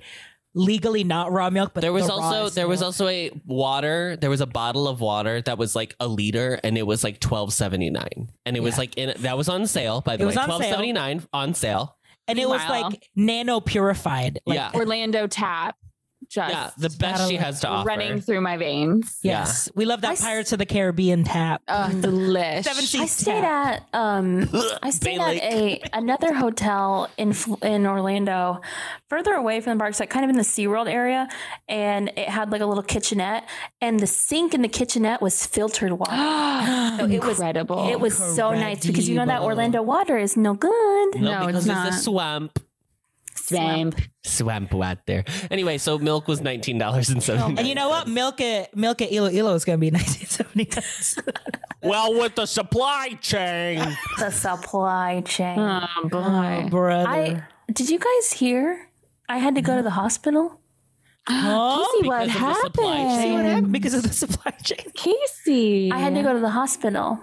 [SPEAKER 1] legally not raw milk, but
[SPEAKER 4] There was
[SPEAKER 1] the
[SPEAKER 4] also
[SPEAKER 1] rawest
[SPEAKER 4] there was
[SPEAKER 1] milk.
[SPEAKER 4] also a water. There was a bottle of water that was like a liter, and it was like twelve seventy nine, and it was
[SPEAKER 1] Yeah.
[SPEAKER 4] like in that was on sale by the
[SPEAKER 1] It
[SPEAKER 4] way,
[SPEAKER 1] was on sale.
[SPEAKER 4] twelve seventy nine on sale.
[SPEAKER 1] and it was
[SPEAKER 2] Wow.
[SPEAKER 1] like nano purified. Like,
[SPEAKER 4] yeah,
[SPEAKER 2] Orlando Tap. Just
[SPEAKER 4] yeah, the best she
[SPEAKER 1] battling-
[SPEAKER 4] has to offer.
[SPEAKER 2] running through my veins.
[SPEAKER 4] yeah.
[SPEAKER 1] Yes, we love
[SPEAKER 3] I
[SPEAKER 1] that
[SPEAKER 3] s-
[SPEAKER 1] Pirates of the Caribbean tap.
[SPEAKER 2] Oh, delish.
[SPEAKER 1] Seven
[SPEAKER 3] I
[SPEAKER 1] seas
[SPEAKER 3] stayed
[SPEAKER 1] tap.
[SPEAKER 3] at um, I stayed
[SPEAKER 4] Bay
[SPEAKER 3] at a another hotel in Fl- in Orlando, further away from the parks, like kind of in the SeaWorld area, and it had like a little kitchenette, and the sink in the kitchenette was filtered water. it was-
[SPEAKER 2] Incredible.
[SPEAKER 3] It was so nice because you know that
[SPEAKER 1] Incredible.
[SPEAKER 3] Orlando water is no
[SPEAKER 4] No,
[SPEAKER 3] good.
[SPEAKER 2] No, it's
[SPEAKER 4] because it's,
[SPEAKER 2] not.
[SPEAKER 4] a swamp,
[SPEAKER 2] Same.
[SPEAKER 4] swamp out there. Anyway, so milk was nineteen dollars and seventy
[SPEAKER 1] And
[SPEAKER 4] nine.
[SPEAKER 1] you know what? Milk at milk at Ilo Ilo is going to be 1979.
[SPEAKER 4] well, with the supply chain,
[SPEAKER 3] The supply chain.
[SPEAKER 2] Oh, boy.
[SPEAKER 1] Brother,
[SPEAKER 3] I did you guys hear? I had to go to the hospital.
[SPEAKER 1] Huh?
[SPEAKER 2] See what
[SPEAKER 4] Oh, Because of the supply chain.
[SPEAKER 1] See what
[SPEAKER 2] happened.
[SPEAKER 1] happened Oh. because of the supply chain.
[SPEAKER 2] Casey.
[SPEAKER 3] I had to go to the hospital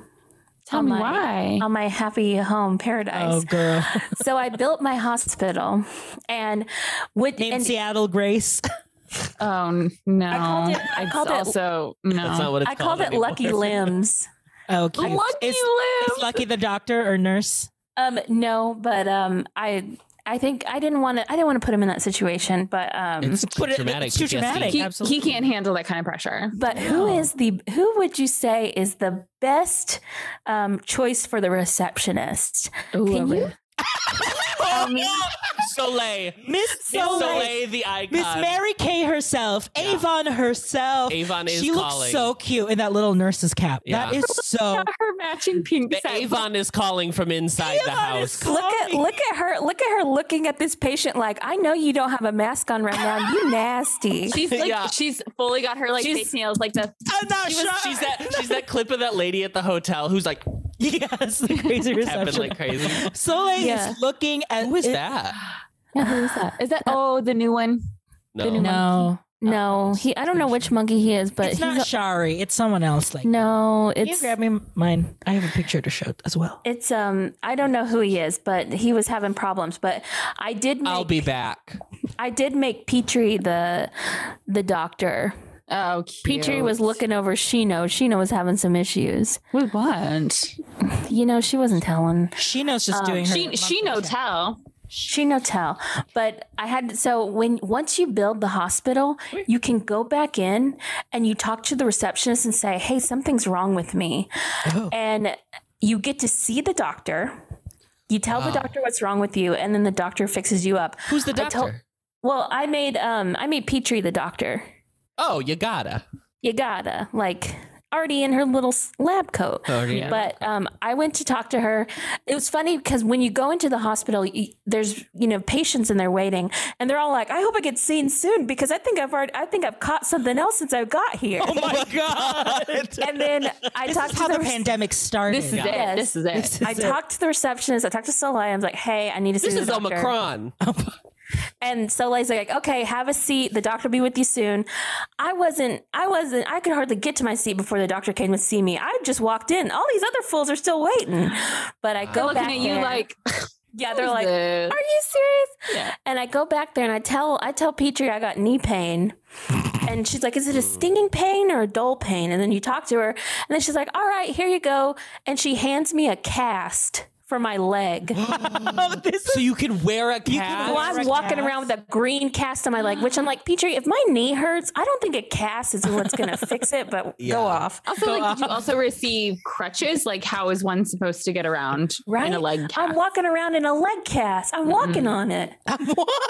[SPEAKER 2] Tell
[SPEAKER 3] on
[SPEAKER 2] me
[SPEAKER 3] my-
[SPEAKER 2] why.
[SPEAKER 3] on my happy home paradise.
[SPEAKER 1] Oh, girl,
[SPEAKER 3] so I built my hospital, and with
[SPEAKER 1] named
[SPEAKER 3] and
[SPEAKER 1] Seattle Grace.
[SPEAKER 2] Oh n- no!
[SPEAKER 3] I called it- I
[SPEAKER 2] It's
[SPEAKER 3] called it-
[SPEAKER 2] also no.
[SPEAKER 4] that's not what it's
[SPEAKER 3] I called it
[SPEAKER 4] anymore.
[SPEAKER 3] Lucky Limbs.
[SPEAKER 1] Oh, cute.
[SPEAKER 2] lucky
[SPEAKER 1] Is-
[SPEAKER 2] live.
[SPEAKER 1] Is Lucky the doctor or nurse?
[SPEAKER 3] Um, no, but um, I I think I didn't want to. I didn't want to put him in that situation. But um,
[SPEAKER 4] It's
[SPEAKER 1] Put it-
[SPEAKER 4] traumatic.
[SPEAKER 1] it's too
[SPEAKER 4] PTSD.
[SPEAKER 1] traumatic.
[SPEAKER 2] he,
[SPEAKER 1] absolutely.
[SPEAKER 2] he can't handle that kind of pressure.
[SPEAKER 3] but who
[SPEAKER 1] no.
[SPEAKER 3] is the who would you say is the best um, choice for the receptionist?
[SPEAKER 2] Ooh,
[SPEAKER 3] Can
[SPEAKER 2] okay.
[SPEAKER 3] you
[SPEAKER 4] Soleil,
[SPEAKER 1] Miss
[SPEAKER 4] Soleil,
[SPEAKER 1] Soleil,
[SPEAKER 4] the icon.
[SPEAKER 1] Miss Mary Kay herself, Avon herself.
[SPEAKER 4] Avon is
[SPEAKER 1] she looks
[SPEAKER 4] calling.
[SPEAKER 1] so cute in that little nurse's cap. That
[SPEAKER 4] Yeah.
[SPEAKER 1] is so.
[SPEAKER 2] her matching pink
[SPEAKER 4] The
[SPEAKER 2] set.
[SPEAKER 4] Avon is calling from inside the
[SPEAKER 1] Avon is
[SPEAKER 4] house.
[SPEAKER 1] calling.
[SPEAKER 3] Look at look at her look at her looking at this patient like I know you don't have a mask on right now. You nasty.
[SPEAKER 2] She's like
[SPEAKER 4] Yeah.
[SPEAKER 2] she's fully got her like
[SPEAKER 4] She's-
[SPEAKER 2] fake nails like the
[SPEAKER 1] I'm not
[SPEAKER 4] She
[SPEAKER 1] sure.
[SPEAKER 4] was- she's that she's that clip of that lady at the hotel who's like
[SPEAKER 1] yes, the crazy
[SPEAKER 4] tapping
[SPEAKER 1] reception.
[SPEAKER 4] like crazy.
[SPEAKER 1] Soleil
[SPEAKER 3] Yeah.
[SPEAKER 1] is looking at
[SPEAKER 4] Who is
[SPEAKER 1] it-
[SPEAKER 4] that?
[SPEAKER 2] who's that? Is that oh the new one?
[SPEAKER 4] No.
[SPEAKER 3] No, no, he. I don't know which monkey he is, but
[SPEAKER 1] It's
[SPEAKER 3] he's
[SPEAKER 1] not Shari. It's someone else. Like,
[SPEAKER 3] no.
[SPEAKER 1] can you
[SPEAKER 3] It's
[SPEAKER 1] grab me mine? I have a picture to show as well.
[SPEAKER 3] it's um. I don't know who he is, but he was having problems. But I did. Make,
[SPEAKER 4] I'll be back.
[SPEAKER 3] I did make Petrie the the doctor.
[SPEAKER 2] Oh, cute.
[SPEAKER 3] Petrie was looking over Shino. Shino was having some issues.
[SPEAKER 2] with what?
[SPEAKER 3] You know, she wasn't telling.
[SPEAKER 1] She knows just doing her.
[SPEAKER 2] She she no tell.
[SPEAKER 3] She no tell. But I had so when once you build the hospital, you can go back in and you talk to the receptionist and say, "Hey, something's wrong with me,"
[SPEAKER 1] Oh.
[SPEAKER 3] and you get to see the doctor. You tell the doctor what's wrong with you, and then the doctor fixes you up.
[SPEAKER 4] Who's the
[SPEAKER 3] I
[SPEAKER 4] doctor?
[SPEAKER 3] told- Well, I made um I made Petrie the doctor.
[SPEAKER 4] oh, you gotta.
[SPEAKER 3] You gotta like already in her little s- lab coat.
[SPEAKER 1] Oh,
[SPEAKER 4] Already in
[SPEAKER 3] But um, I went to talk to her. It was funny because when you go into the hospital, you, there's you know patients and they're waiting, and they're all like, "I hope I get seen soon because I think I've already, I think I've caught something else since I got here."
[SPEAKER 1] Oh my god!
[SPEAKER 3] and then I
[SPEAKER 1] this
[SPEAKER 3] talked
[SPEAKER 1] is
[SPEAKER 3] to
[SPEAKER 1] how the
[SPEAKER 3] rec-
[SPEAKER 1] pandemic started.
[SPEAKER 2] This is it.
[SPEAKER 3] Yes.
[SPEAKER 2] This is it.
[SPEAKER 1] This
[SPEAKER 3] I talked to the receptionist. I talked to Soleil. I was like, "Hey, I need to see
[SPEAKER 4] This
[SPEAKER 3] the
[SPEAKER 4] is
[SPEAKER 3] doctor."
[SPEAKER 4] Omicron.
[SPEAKER 3] And Soleil's like, "Okay, have a seat. The doctor will be with you soon." I wasn't. I wasn't. I could hardly get to my seat before the doctor came to see me. I just walked in. All these other fools are still waiting. But I go
[SPEAKER 2] Looking
[SPEAKER 3] back
[SPEAKER 2] at you
[SPEAKER 3] there.
[SPEAKER 2] like
[SPEAKER 3] yeah,
[SPEAKER 2] who's
[SPEAKER 3] they're like,
[SPEAKER 2] this?
[SPEAKER 3] are you serious?
[SPEAKER 2] Yeah.
[SPEAKER 3] And I go back there and I tell I tell Petrie I got knee pain. And she's like, is it a stinging pain or a dull pain? And then you talk to her, and then she's like, all right, here you go. And she hands me a cast. for my leg.
[SPEAKER 1] Oh, this
[SPEAKER 4] So you can wear a
[SPEAKER 1] You
[SPEAKER 4] cast.
[SPEAKER 1] can
[SPEAKER 3] Well,
[SPEAKER 1] wear-
[SPEAKER 3] I'm
[SPEAKER 1] Correct
[SPEAKER 3] walking
[SPEAKER 1] cast.
[SPEAKER 3] around with a green cast on my leg, which I'm like, Petrie, if my knee hurts, I don't think a cast is what's going to fix it, but
[SPEAKER 4] Yeah.
[SPEAKER 3] go off.
[SPEAKER 2] Also, like, did you also receive crutches? Like, how is one supposed to get around
[SPEAKER 3] Right?
[SPEAKER 2] in a leg cast?
[SPEAKER 3] I'm walking around in a leg cast. I'm walking on it.
[SPEAKER 1] I'm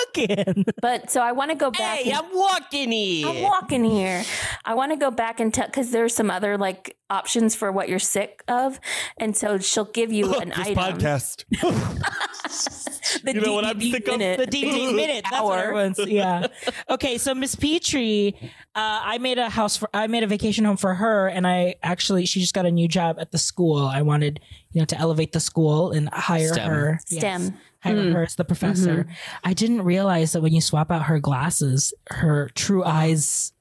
[SPEAKER 1] walking.
[SPEAKER 3] But so I want to go back.
[SPEAKER 4] Hey,
[SPEAKER 3] and-
[SPEAKER 4] I'm walking here.
[SPEAKER 3] I'm walking here. I want to go back and tell because there's some other like options for what you're sick of, and so she'll give you an
[SPEAKER 5] this
[SPEAKER 3] item.
[SPEAKER 5] podcast.
[SPEAKER 3] The
[SPEAKER 4] You know what I'm
[SPEAKER 3] DDD
[SPEAKER 4] sick of?
[SPEAKER 3] minute.
[SPEAKER 1] The DD minute. That's what
[SPEAKER 3] Hour.
[SPEAKER 1] everyone's. Yeah. Okay. So Miss Petrie, uh, I made a house for, I made a vacation home for her, and I actually she just got a new job at the school. I wanted you know to elevate the school and hire
[SPEAKER 4] STEM.
[SPEAKER 1] her.
[SPEAKER 3] STEM.
[SPEAKER 1] hire her as the professor. I didn't realize that when you swap out her glasses, her true eyes.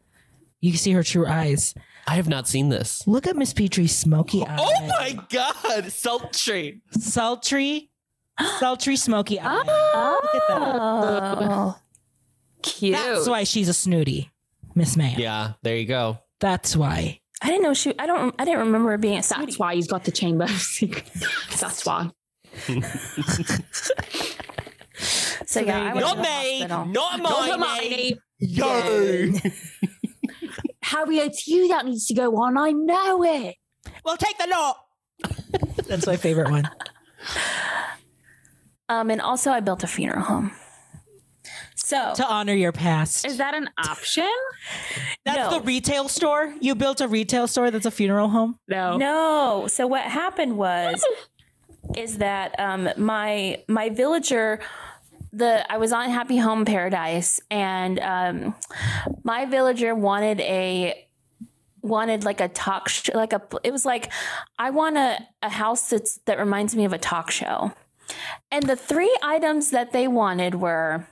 [SPEAKER 1] You see her true eyes.
[SPEAKER 4] I have not seen this.
[SPEAKER 1] Look at Miss Petrie's smoky eye.
[SPEAKER 4] Oh my god, sultry.
[SPEAKER 1] Sultry, sultry smoky eye. Look at that.
[SPEAKER 3] Oh,
[SPEAKER 2] Cute.
[SPEAKER 1] That's why she's a snooty, Miss Ma'am.
[SPEAKER 4] Yeah, there you go.
[SPEAKER 1] That's why.
[SPEAKER 3] I didn't know she. I don't. I didn't remember it being a
[SPEAKER 2] That's
[SPEAKER 3] snooty.
[SPEAKER 2] why he's got the chamber of secrets. That's why.
[SPEAKER 3] So yeah, I went
[SPEAKER 4] Not
[SPEAKER 3] to the
[SPEAKER 4] me,
[SPEAKER 3] hospital.
[SPEAKER 4] not my name. Yo.
[SPEAKER 2] Harry, it's you that needs to go on. I know it.
[SPEAKER 1] Well, take the law. That's my favorite one.
[SPEAKER 3] Um, and also I built a funeral home. So
[SPEAKER 1] To honor your past.
[SPEAKER 2] Is that an option?
[SPEAKER 1] That's
[SPEAKER 3] No.
[SPEAKER 1] the retail store. You built a retail store that's a funeral home.
[SPEAKER 2] No.
[SPEAKER 3] No. So what happened was is that um, my my villager the I was on Happy Home Paradise and um, my villager wanted a wanted like a talk sh- like a it was like I want a, a house that's that reminds me of a talk show. And the three items that they wanted were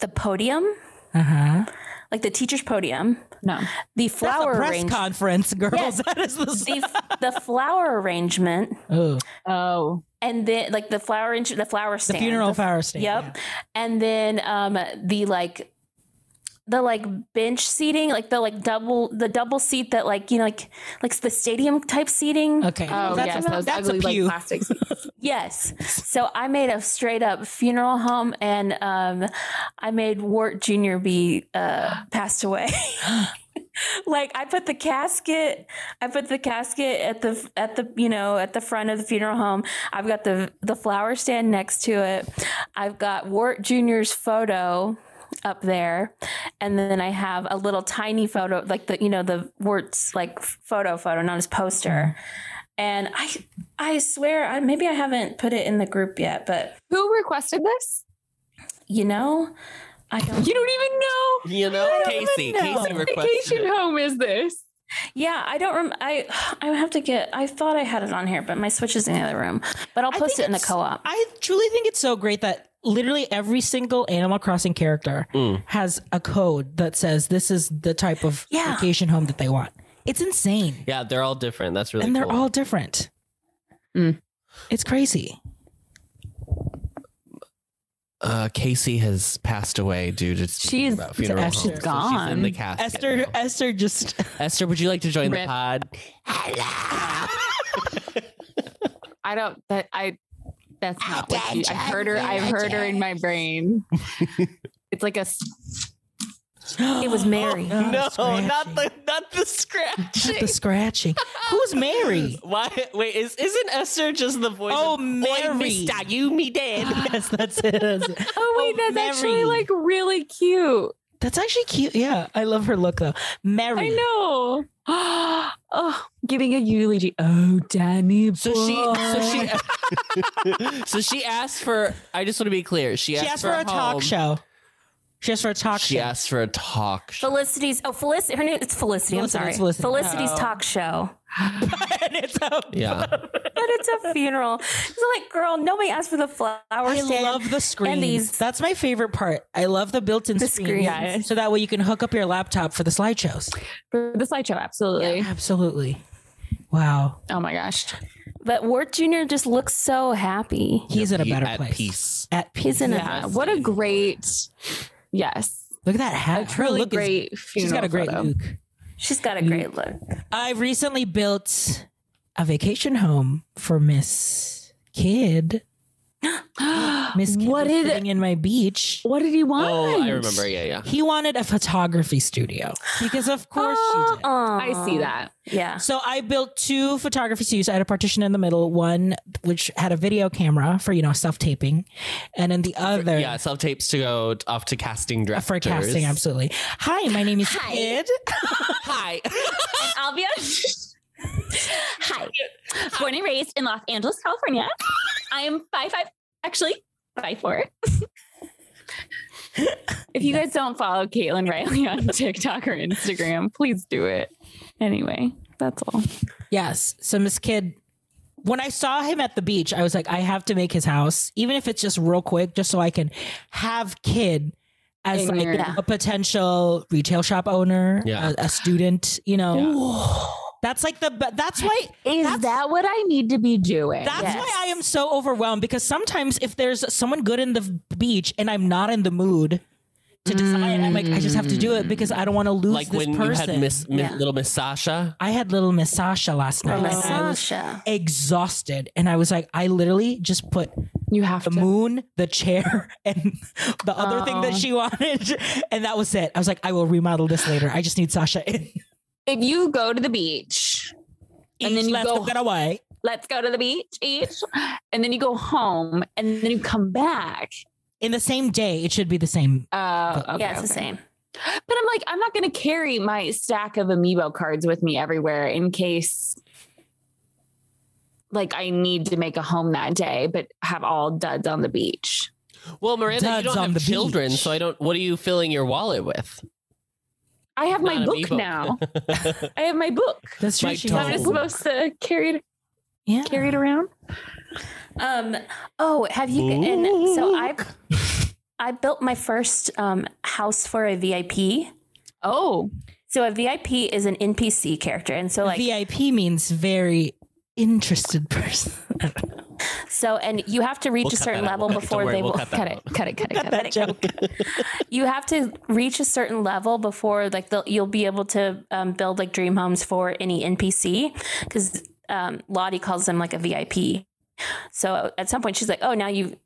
[SPEAKER 3] the podium,
[SPEAKER 1] Uh
[SPEAKER 2] Uh-huh.
[SPEAKER 1] huh.
[SPEAKER 3] like the teacher's podium,
[SPEAKER 2] No.
[SPEAKER 3] the
[SPEAKER 1] That's a
[SPEAKER 3] flower
[SPEAKER 1] press
[SPEAKER 3] arrangement,
[SPEAKER 1] conference, girls.
[SPEAKER 3] Yes.
[SPEAKER 1] That is the.
[SPEAKER 3] the, f- the flower arrangement,
[SPEAKER 1] oh,
[SPEAKER 2] Oh.
[SPEAKER 3] and then like the flower int- the flower
[SPEAKER 1] the
[SPEAKER 3] stand
[SPEAKER 1] funeral
[SPEAKER 3] The-
[SPEAKER 1] fire stand.
[SPEAKER 3] yep and then um the like the like bench seating like the like double the double seat that like you know like like the stadium type seating
[SPEAKER 1] Okay.
[SPEAKER 2] Oh,
[SPEAKER 1] that's
[SPEAKER 2] yes.
[SPEAKER 1] a,
[SPEAKER 2] those
[SPEAKER 1] that's
[SPEAKER 2] ugly,
[SPEAKER 1] a
[SPEAKER 2] like,
[SPEAKER 1] pew.
[SPEAKER 2] plastic
[SPEAKER 3] yes so i made a straight up funeral home and um i made wart junior be uh passed away like i put the casket i put the casket at the at the you know at the front of the funeral home i've got the the flower stand next to it i've got wart junior's photo up there and then i have a little tiny photo like the you know the wart's like photo photo not his poster and i i swear i maybe i haven't put it in the group yet but
[SPEAKER 2] Who requested this?
[SPEAKER 3] you know i don't
[SPEAKER 2] You don't even know.
[SPEAKER 4] You know, Casey.
[SPEAKER 1] even know.
[SPEAKER 4] Casey requested.
[SPEAKER 2] vacation
[SPEAKER 4] it.
[SPEAKER 2] home is this?
[SPEAKER 3] Yeah, I don't. Rem- I I have to get. I thought I had it on here, but my switch is in the other room. But I'll
[SPEAKER 1] I
[SPEAKER 3] post
[SPEAKER 1] think
[SPEAKER 3] it in the
[SPEAKER 1] it's-
[SPEAKER 3] co-op.
[SPEAKER 1] I truly think it's so great that literally every single Animal Crossing character
[SPEAKER 4] Mm.
[SPEAKER 1] has a code that says this is the type of
[SPEAKER 3] Yeah.
[SPEAKER 1] vacation home that they want. It's insane.
[SPEAKER 4] Yeah, they're all different. That's really
[SPEAKER 1] and they're
[SPEAKER 4] cool.
[SPEAKER 1] all different.
[SPEAKER 2] Mm.
[SPEAKER 1] It's crazy.
[SPEAKER 4] uh, Casey has passed away due to
[SPEAKER 2] She's-
[SPEAKER 4] about funeral
[SPEAKER 1] Esther's
[SPEAKER 4] homes, so she's in
[SPEAKER 2] gone.
[SPEAKER 4] the casket
[SPEAKER 1] Esther,
[SPEAKER 4] now.
[SPEAKER 1] Esther just
[SPEAKER 4] Esther, would you like to join the
[SPEAKER 2] Rip.
[SPEAKER 4] pod?
[SPEAKER 2] I don't. That I. That's not what she. I've heard her. I've heard her in my brain. it's like a. s-
[SPEAKER 3] it was Mary.
[SPEAKER 1] Oh, scratching.
[SPEAKER 4] not the scratch.
[SPEAKER 1] Not the scratching. Who's Mary?
[SPEAKER 4] Why? Wait, is isn't Esther just the voice?
[SPEAKER 1] Oh,
[SPEAKER 4] of, "Oi,
[SPEAKER 1] Mary.
[SPEAKER 4] mister, you me dead.
[SPEAKER 1] yes, that's it. That's, it.
[SPEAKER 2] Oh wait,
[SPEAKER 1] Oh,
[SPEAKER 2] that's
[SPEAKER 1] Mary.
[SPEAKER 2] actually like really cute.
[SPEAKER 1] That's actually cute. Yeah, I love her look though. Mary.
[SPEAKER 2] I know. oh, giving a eulogy. Oh, Danny.
[SPEAKER 4] So she, so she, so she asked for. I just want to be clear. She
[SPEAKER 1] She
[SPEAKER 4] asked,
[SPEAKER 1] asked for a
[SPEAKER 4] home.
[SPEAKER 1] talk show. She asked for a talk
[SPEAKER 4] She
[SPEAKER 1] show.
[SPEAKER 4] asked for a talk show.
[SPEAKER 3] Felicity's. Oh, Felicity. Her name. It's Felicity.
[SPEAKER 1] Felicity,
[SPEAKER 3] I'm
[SPEAKER 1] it's
[SPEAKER 3] sorry.
[SPEAKER 1] Felicity.
[SPEAKER 3] Felicity's
[SPEAKER 1] Oh.
[SPEAKER 3] talk show.
[SPEAKER 1] and it's a
[SPEAKER 4] Yeah,
[SPEAKER 3] But it's a funeral. It's like, girl, nobody asked for the flower
[SPEAKER 1] I
[SPEAKER 3] stand.
[SPEAKER 1] love the screen.
[SPEAKER 3] and these-
[SPEAKER 1] That's my favorite part. I love the built-in
[SPEAKER 3] The
[SPEAKER 1] screen,
[SPEAKER 3] screens.
[SPEAKER 1] so that way you can hook up your laptop for the slideshows.
[SPEAKER 2] for the slideshow. Absolutely.
[SPEAKER 1] Absolutely. Wow.
[SPEAKER 2] Oh my gosh.
[SPEAKER 3] but Wart Junior just looks so happy.
[SPEAKER 1] He's in a
[SPEAKER 4] Be
[SPEAKER 1] better
[SPEAKER 4] at
[SPEAKER 1] place.
[SPEAKER 4] peace.
[SPEAKER 1] At peace.
[SPEAKER 3] He's in
[SPEAKER 2] Yeah. Uh, What a great. Yes.
[SPEAKER 1] Look at that hat.
[SPEAKER 2] A
[SPEAKER 1] Her
[SPEAKER 2] truly
[SPEAKER 1] look is-
[SPEAKER 2] great funeral.
[SPEAKER 1] she's got a great
[SPEAKER 2] photo.
[SPEAKER 1] look.
[SPEAKER 3] a. She's got a great look.
[SPEAKER 1] I recently built a vacation home for Miss kid. Miss Kid
[SPEAKER 2] What
[SPEAKER 1] was
[SPEAKER 2] did-
[SPEAKER 1] sitting in my beach.
[SPEAKER 2] What did he want?
[SPEAKER 4] Oh, I remember. Yeah, yeah.
[SPEAKER 1] He wanted a photography studio because, of course,
[SPEAKER 3] Ah.
[SPEAKER 1] she did.
[SPEAKER 2] I see that.
[SPEAKER 3] Yeah.
[SPEAKER 1] So I built two photography studios. I had a partition in the middle, one which had a video camera for you know self taping, and then the other
[SPEAKER 4] Yeah, self tapes to go t- off to casting directors.
[SPEAKER 1] for casting. Absolutely. Hi, my name is
[SPEAKER 3] Hi.
[SPEAKER 1] Kid.
[SPEAKER 4] Hi.
[SPEAKER 3] I'll be on. Hi. Born and raised in Los Angeles, California.
[SPEAKER 4] Oh,
[SPEAKER 3] I am five five, actually five four.
[SPEAKER 2] If you guys don't follow Caitlin Riley on TikTok or Instagram, please do it. Anyway, that's all.
[SPEAKER 1] Yes. So Miss Kid, when I saw him at the beach, I was like, I have to make his house, even if it's just real quick, just so I can have Kid as
[SPEAKER 2] In
[SPEAKER 1] like
[SPEAKER 2] your-
[SPEAKER 3] Yeah.
[SPEAKER 1] a potential retail shop owner,
[SPEAKER 4] Yeah.
[SPEAKER 1] a, a student. You know,
[SPEAKER 4] Yeah.
[SPEAKER 1] that's like the. be- That's why
[SPEAKER 2] Is
[SPEAKER 1] That's-
[SPEAKER 2] that what I need to be doing?
[SPEAKER 1] That's
[SPEAKER 3] Yes.
[SPEAKER 1] why I am so overwhelmed because sometimes if there's someone good in the beach and I'm not in the mood to
[SPEAKER 2] Mm,
[SPEAKER 1] decide, I'm like, I just have to do it because I don't want to lose
[SPEAKER 4] like
[SPEAKER 1] this
[SPEAKER 4] when
[SPEAKER 1] person.
[SPEAKER 4] you had Miss, Miss-
[SPEAKER 3] Yeah.
[SPEAKER 4] Little Miss Sasha.
[SPEAKER 1] I had little Miss Sasha last night.
[SPEAKER 3] Miss
[SPEAKER 1] and I was
[SPEAKER 3] Sasha.
[SPEAKER 1] exhausted, and I was like, I literally just put
[SPEAKER 2] you have
[SPEAKER 1] the
[SPEAKER 2] to.
[SPEAKER 1] moon, the chair, and the other thing that
[SPEAKER 2] Oh.
[SPEAKER 1] she wanted, and that was it. I was like, I will remodel this later. I just need Sasha in.
[SPEAKER 2] If you go to the beach, And then
[SPEAKER 1] Each
[SPEAKER 2] you
[SPEAKER 1] left
[SPEAKER 2] go-
[SPEAKER 1] get away.
[SPEAKER 2] let's go to the beach each, and then you go home, and then you come back.
[SPEAKER 1] In the same day, it should be the same.
[SPEAKER 2] Uh, okay,
[SPEAKER 3] yeah, it's the
[SPEAKER 2] okay.
[SPEAKER 3] same.
[SPEAKER 2] But I'm like, I'm not going to carry my stack of amiibo cards with me everywhere in case like I need to make a home that day, but have all duds on the beach.
[SPEAKER 4] Well, Miranda, you
[SPEAKER 1] Duds
[SPEAKER 4] don't
[SPEAKER 1] on the
[SPEAKER 4] have children,
[SPEAKER 1] beach.
[SPEAKER 4] so I don't. What are you filling your wallet with?
[SPEAKER 2] I have my
[SPEAKER 4] Not
[SPEAKER 2] book
[SPEAKER 4] amiibo.
[SPEAKER 2] now. I have my book.
[SPEAKER 1] That's true.
[SPEAKER 4] Like
[SPEAKER 1] she
[SPEAKER 2] So I'm
[SPEAKER 1] has-
[SPEAKER 2] just
[SPEAKER 4] Oh.
[SPEAKER 2] supposed to carry it
[SPEAKER 1] yeah.
[SPEAKER 2] carry it around.
[SPEAKER 3] Um. Oh, have you? And so I, I built my first um, house for a VIP.
[SPEAKER 2] Oh,
[SPEAKER 3] So a VIP is an NPC character, and so like
[SPEAKER 1] VIP means very interested person.
[SPEAKER 3] so, and you have to reach
[SPEAKER 4] We'll
[SPEAKER 3] a
[SPEAKER 4] cut
[SPEAKER 3] certain
[SPEAKER 4] that out.
[SPEAKER 3] level
[SPEAKER 4] We'll cut-
[SPEAKER 3] before
[SPEAKER 4] don't worry,
[SPEAKER 3] they
[SPEAKER 4] we'll
[SPEAKER 3] will.
[SPEAKER 4] cut that
[SPEAKER 2] cut
[SPEAKER 4] out.
[SPEAKER 2] it, cut it, cut it, cut it.
[SPEAKER 3] You have to reach a certain level before like they'll- you'll be able to um, build like dream homes for any NPC because um, Lottie calls them like a VIP. So at some point she's like, "Oh, now you,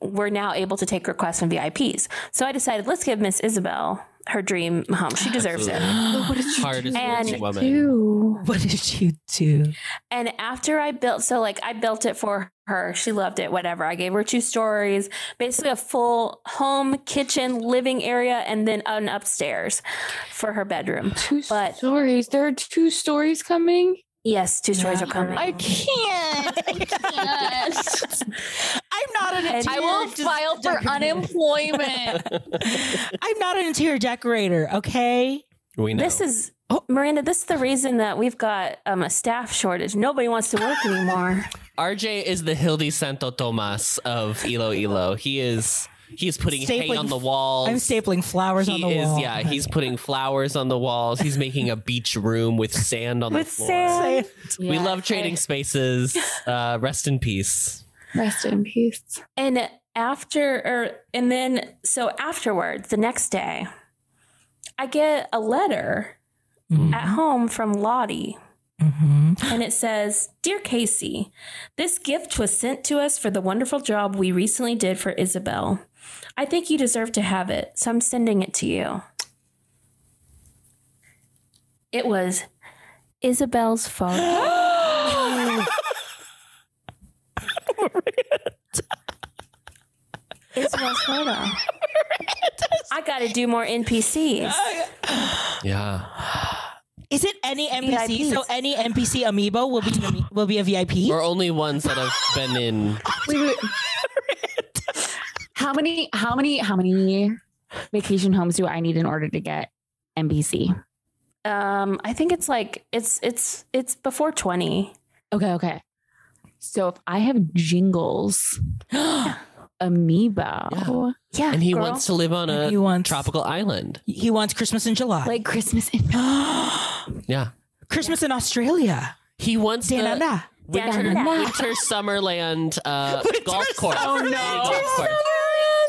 [SPEAKER 3] we're now able to take requests from VIPs." So I decided let's give Miss Isabel her dream home. She deserves it.
[SPEAKER 4] What did you Hardest
[SPEAKER 3] do?
[SPEAKER 4] working
[SPEAKER 3] And
[SPEAKER 4] woman.
[SPEAKER 2] Ew.
[SPEAKER 1] What did you do?
[SPEAKER 3] And after I built, so like I built it for her. She loved it, whatever. I gave her two stories, basically a full home, kitchen, living area, and then an upstairs for her bedroom.
[SPEAKER 2] Two
[SPEAKER 3] But-
[SPEAKER 2] stories. There are two stories coming.
[SPEAKER 3] Yes, two stories
[SPEAKER 1] Yeah.
[SPEAKER 3] are coming.
[SPEAKER 2] I can't. I can't.
[SPEAKER 1] I'm not an interior
[SPEAKER 2] I will
[SPEAKER 1] des-
[SPEAKER 2] file for
[SPEAKER 1] decorator.
[SPEAKER 2] unemployment.
[SPEAKER 1] I'm not an interior decorator, okay?
[SPEAKER 4] We know.
[SPEAKER 3] This is
[SPEAKER 1] Oh.
[SPEAKER 3] Miranda. This is the reason that we've got um, a staff shortage. Nobody wants to work anymore.
[SPEAKER 4] RJ is the Hildy Santo Tomas of Ilo Ilo. He is he is putting hay
[SPEAKER 1] Stapling-
[SPEAKER 4] on the walls.
[SPEAKER 1] I'm stapling flowers
[SPEAKER 4] he
[SPEAKER 1] on the
[SPEAKER 4] is,
[SPEAKER 1] wall.
[SPEAKER 4] Yeah, he's putting flowers on the walls. He's making a beach room with sand on
[SPEAKER 3] With
[SPEAKER 4] the floor.
[SPEAKER 3] sand.
[SPEAKER 4] We love trading spaces. Uh, rest in peace.
[SPEAKER 2] Rest in peace.
[SPEAKER 3] And after, or and then so afterwards, the next day, I get a letter
[SPEAKER 1] Mhm,
[SPEAKER 3] at home from Lottie.
[SPEAKER 1] mhm.
[SPEAKER 3] and it says, Dear Casey, this gift was sent to us for the wonderful job we recently did for Isabel. I think you deserve to have it, so I'm sending it to you. It was Isabel's photo. Isabel's photo. I got to do more NPCs.
[SPEAKER 4] Yeah.
[SPEAKER 1] Is it any NPC?
[SPEAKER 3] VIPs.
[SPEAKER 1] So any NPC amiibo will be an ami- will be a VIP.
[SPEAKER 4] Or only ones that have been in.
[SPEAKER 2] How many? How many? How many vacation homes do I need in order to get NBC?
[SPEAKER 3] Um, I think it's like it's it's it's before twenty.
[SPEAKER 2] Okay, okay. So if I have jingles, amiibo,
[SPEAKER 3] Yeah,
[SPEAKER 4] And he
[SPEAKER 3] girl.
[SPEAKER 4] wants to live on a
[SPEAKER 1] he wants
[SPEAKER 4] tropical island.
[SPEAKER 1] He wants Christmas in July.
[SPEAKER 2] like Christmas in
[SPEAKER 4] Yeah. Uh,
[SPEAKER 1] Christmas in Australia.
[SPEAKER 4] He wants
[SPEAKER 1] Danana.
[SPEAKER 4] the winter,
[SPEAKER 3] Danana.
[SPEAKER 4] winter Summerland uh, golf course.
[SPEAKER 1] Summerland. Oh,
[SPEAKER 4] Golf course.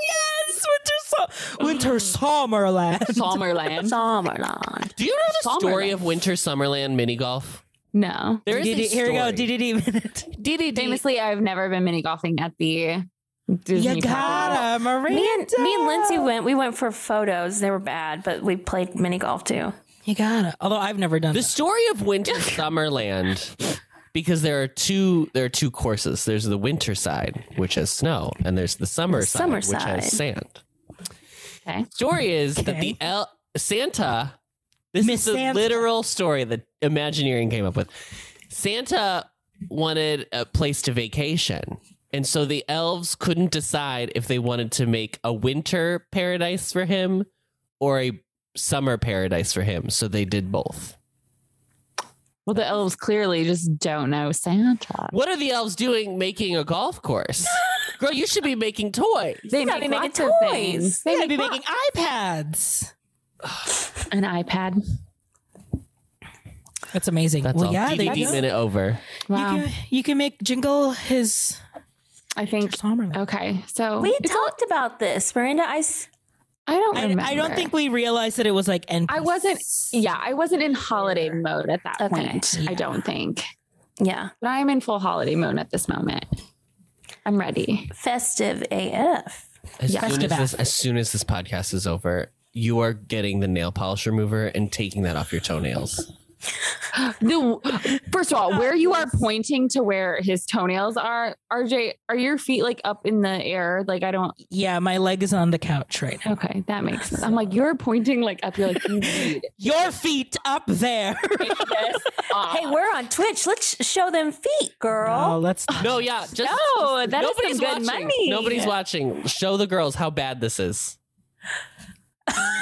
[SPEAKER 1] Yes, winter summer. Winter Summerland.
[SPEAKER 2] Summerland.
[SPEAKER 3] Summerland.
[SPEAKER 4] Do you know the story
[SPEAKER 2] Summerland.
[SPEAKER 4] of Winter Summerland mini golf?
[SPEAKER 2] No.
[SPEAKER 4] There is a
[SPEAKER 1] DDD here we go.
[SPEAKER 4] story.
[SPEAKER 1] DDD minute.
[SPEAKER 2] DDD. Famously, I've never been mini golfing at the Disney.
[SPEAKER 1] you
[SPEAKER 2] property.
[SPEAKER 1] gotta, Maria.
[SPEAKER 3] Me and me and Lindsay went. We went for photos. They were bad, but we played mini golf too.
[SPEAKER 1] You gotta. Although I've never done
[SPEAKER 4] The
[SPEAKER 1] this.
[SPEAKER 4] story of Winter Summerland because there are two there are two courses. There's the winter side, which has snow, and there's the summer,
[SPEAKER 3] The summer
[SPEAKER 4] side, which
[SPEAKER 3] side.
[SPEAKER 4] has sand.
[SPEAKER 2] Okay.
[SPEAKER 4] Story is that
[SPEAKER 1] Okay.
[SPEAKER 4] the El- Santa this
[SPEAKER 1] Miss
[SPEAKER 4] is the
[SPEAKER 1] Santa.
[SPEAKER 4] literal story that Imagineering came up with. Santa wanted a place to vacation. And so the elves couldn't decide if they wanted to make a winter paradise for him or a summer paradise for him. So they did both.
[SPEAKER 2] Well, the elves clearly just don't know Santa.
[SPEAKER 4] What are the elves doing making a golf course? Girl, you should be making toys.
[SPEAKER 2] They
[SPEAKER 3] gotta
[SPEAKER 2] make
[SPEAKER 3] make
[SPEAKER 2] lots
[SPEAKER 3] it
[SPEAKER 2] of
[SPEAKER 3] toys.
[SPEAKER 2] things.
[SPEAKER 1] They
[SPEAKER 2] They
[SPEAKER 1] gotta be
[SPEAKER 2] make
[SPEAKER 1] making iPads.
[SPEAKER 2] an iPad.
[SPEAKER 1] That's amazing.
[SPEAKER 4] That's
[SPEAKER 1] well,
[SPEAKER 4] all.
[SPEAKER 1] yeah, there you
[SPEAKER 4] DVD
[SPEAKER 1] go.
[SPEAKER 4] minute over.
[SPEAKER 2] Wow.
[SPEAKER 1] You, can, you can make Jingle his
[SPEAKER 2] I think.
[SPEAKER 1] Summerland.
[SPEAKER 2] Okay. So
[SPEAKER 3] We talked about this, Miranda. I s-
[SPEAKER 2] I don't
[SPEAKER 1] I,
[SPEAKER 2] remember.
[SPEAKER 1] I don't think we realized that it was like NPC.
[SPEAKER 2] I wasn't. Yeah, I wasn't in holiday mode at that
[SPEAKER 3] Okay.
[SPEAKER 2] point.
[SPEAKER 1] Yeah.
[SPEAKER 2] I don't think.
[SPEAKER 3] yeah,
[SPEAKER 2] But I'm in full holiday mode at this moment. I'm ready.
[SPEAKER 3] festive AF.
[SPEAKER 4] As,
[SPEAKER 2] Yeah.
[SPEAKER 4] soon as,
[SPEAKER 1] Festive
[SPEAKER 4] this,
[SPEAKER 1] app.
[SPEAKER 4] as soon as this podcast is over, you are getting the nail polish remover and taking that off your toenails.
[SPEAKER 2] The, first of all, where you are pointing to where his toenails are, RJ, are your feet like up in the air? Like I don't.
[SPEAKER 1] Yeah, my leg is on the couch right now.
[SPEAKER 2] Okay, that makes sense. I'm like you're pointing like up. You're like you need
[SPEAKER 1] Your feet up there.
[SPEAKER 2] this. off.
[SPEAKER 3] Hey, we're on Twitch. Let's sh- show them feet,
[SPEAKER 1] Oh,
[SPEAKER 3] girl.
[SPEAKER 1] let's.
[SPEAKER 4] No, yeah, just
[SPEAKER 2] no, that is
[SPEAKER 4] nobody's
[SPEAKER 2] some good
[SPEAKER 4] watching.
[SPEAKER 2] money.
[SPEAKER 4] Nobody's watching. Show the girls how bad this is.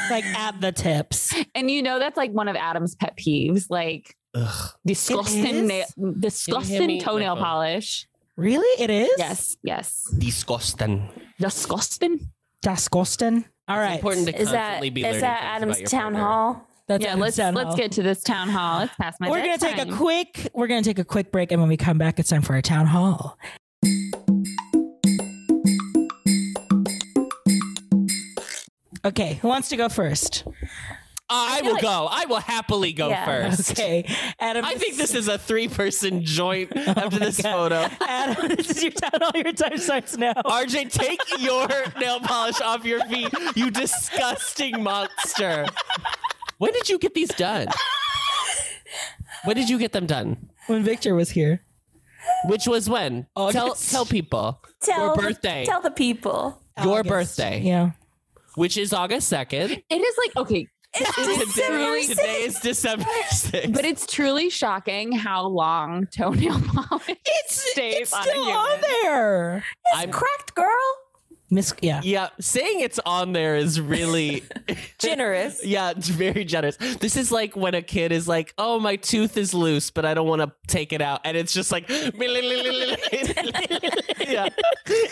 [SPEAKER 1] like at the tips.
[SPEAKER 2] And you know that's like one of Adam's pet peeves, like
[SPEAKER 4] Ugh.
[SPEAKER 1] is?
[SPEAKER 2] disgusting, na-
[SPEAKER 4] Can you hear
[SPEAKER 2] disgusting
[SPEAKER 4] me?
[SPEAKER 2] toenail
[SPEAKER 4] My phone.
[SPEAKER 2] polish.
[SPEAKER 1] Really? It is?
[SPEAKER 2] Yes, yes,
[SPEAKER 4] Disgusting.
[SPEAKER 2] disgusting.
[SPEAKER 1] Disgusting. All right.
[SPEAKER 4] Important to
[SPEAKER 3] Is that
[SPEAKER 4] constantly be
[SPEAKER 3] is
[SPEAKER 4] learning
[SPEAKER 3] that
[SPEAKER 4] things
[SPEAKER 3] Adam's
[SPEAKER 4] about your
[SPEAKER 3] town
[SPEAKER 4] partner.
[SPEAKER 3] hall?
[SPEAKER 1] That's
[SPEAKER 2] yeah,
[SPEAKER 1] it.
[SPEAKER 2] let's
[SPEAKER 1] Sound
[SPEAKER 2] let's
[SPEAKER 1] off.
[SPEAKER 2] get to this town hall. Let's pass my.
[SPEAKER 1] We're gonna take
[SPEAKER 2] bedtime.
[SPEAKER 1] a quick. We're gonna take a quick break, and when we come back, it's time for our town hall. Okay, who wants to go first?
[SPEAKER 4] I will go. I will happily go
[SPEAKER 3] Yeah.
[SPEAKER 4] first.
[SPEAKER 1] Okay, Adam.
[SPEAKER 4] I think this is a three-person joint after
[SPEAKER 1] my
[SPEAKER 4] this
[SPEAKER 1] God.
[SPEAKER 4] photo.
[SPEAKER 1] Adam, this is your town hall. Your time starts now.
[SPEAKER 4] RJ, take your nail polish off your feet, you disgusting monster. When did you get these done? When did you get them done?
[SPEAKER 1] When Victor was here,
[SPEAKER 4] Which was when? Tell
[SPEAKER 1] August.
[SPEAKER 4] tell people
[SPEAKER 3] Tell
[SPEAKER 4] your
[SPEAKER 3] the-
[SPEAKER 4] birthday.
[SPEAKER 3] Tell the people.
[SPEAKER 4] your
[SPEAKER 1] August.
[SPEAKER 4] birthday,
[SPEAKER 1] Yeah.
[SPEAKER 4] which is August second.
[SPEAKER 2] It is like okay,
[SPEAKER 4] Today, today is December sixth.
[SPEAKER 2] but it's truly shocking how long toenail polish stays
[SPEAKER 1] It's
[SPEAKER 2] on
[SPEAKER 1] still
[SPEAKER 2] a human.
[SPEAKER 1] on there.
[SPEAKER 4] I'm-
[SPEAKER 3] Cracked girl.
[SPEAKER 1] Miss. Yeah.
[SPEAKER 4] yeah, saying it's on there is really
[SPEAKER 3] Generous.
[SPEAKER 4] Yeah, it's very generous. This is like when a kid is like, "Oh, my tooth is loose, but I don't want to take it out," and it's just like, yeah,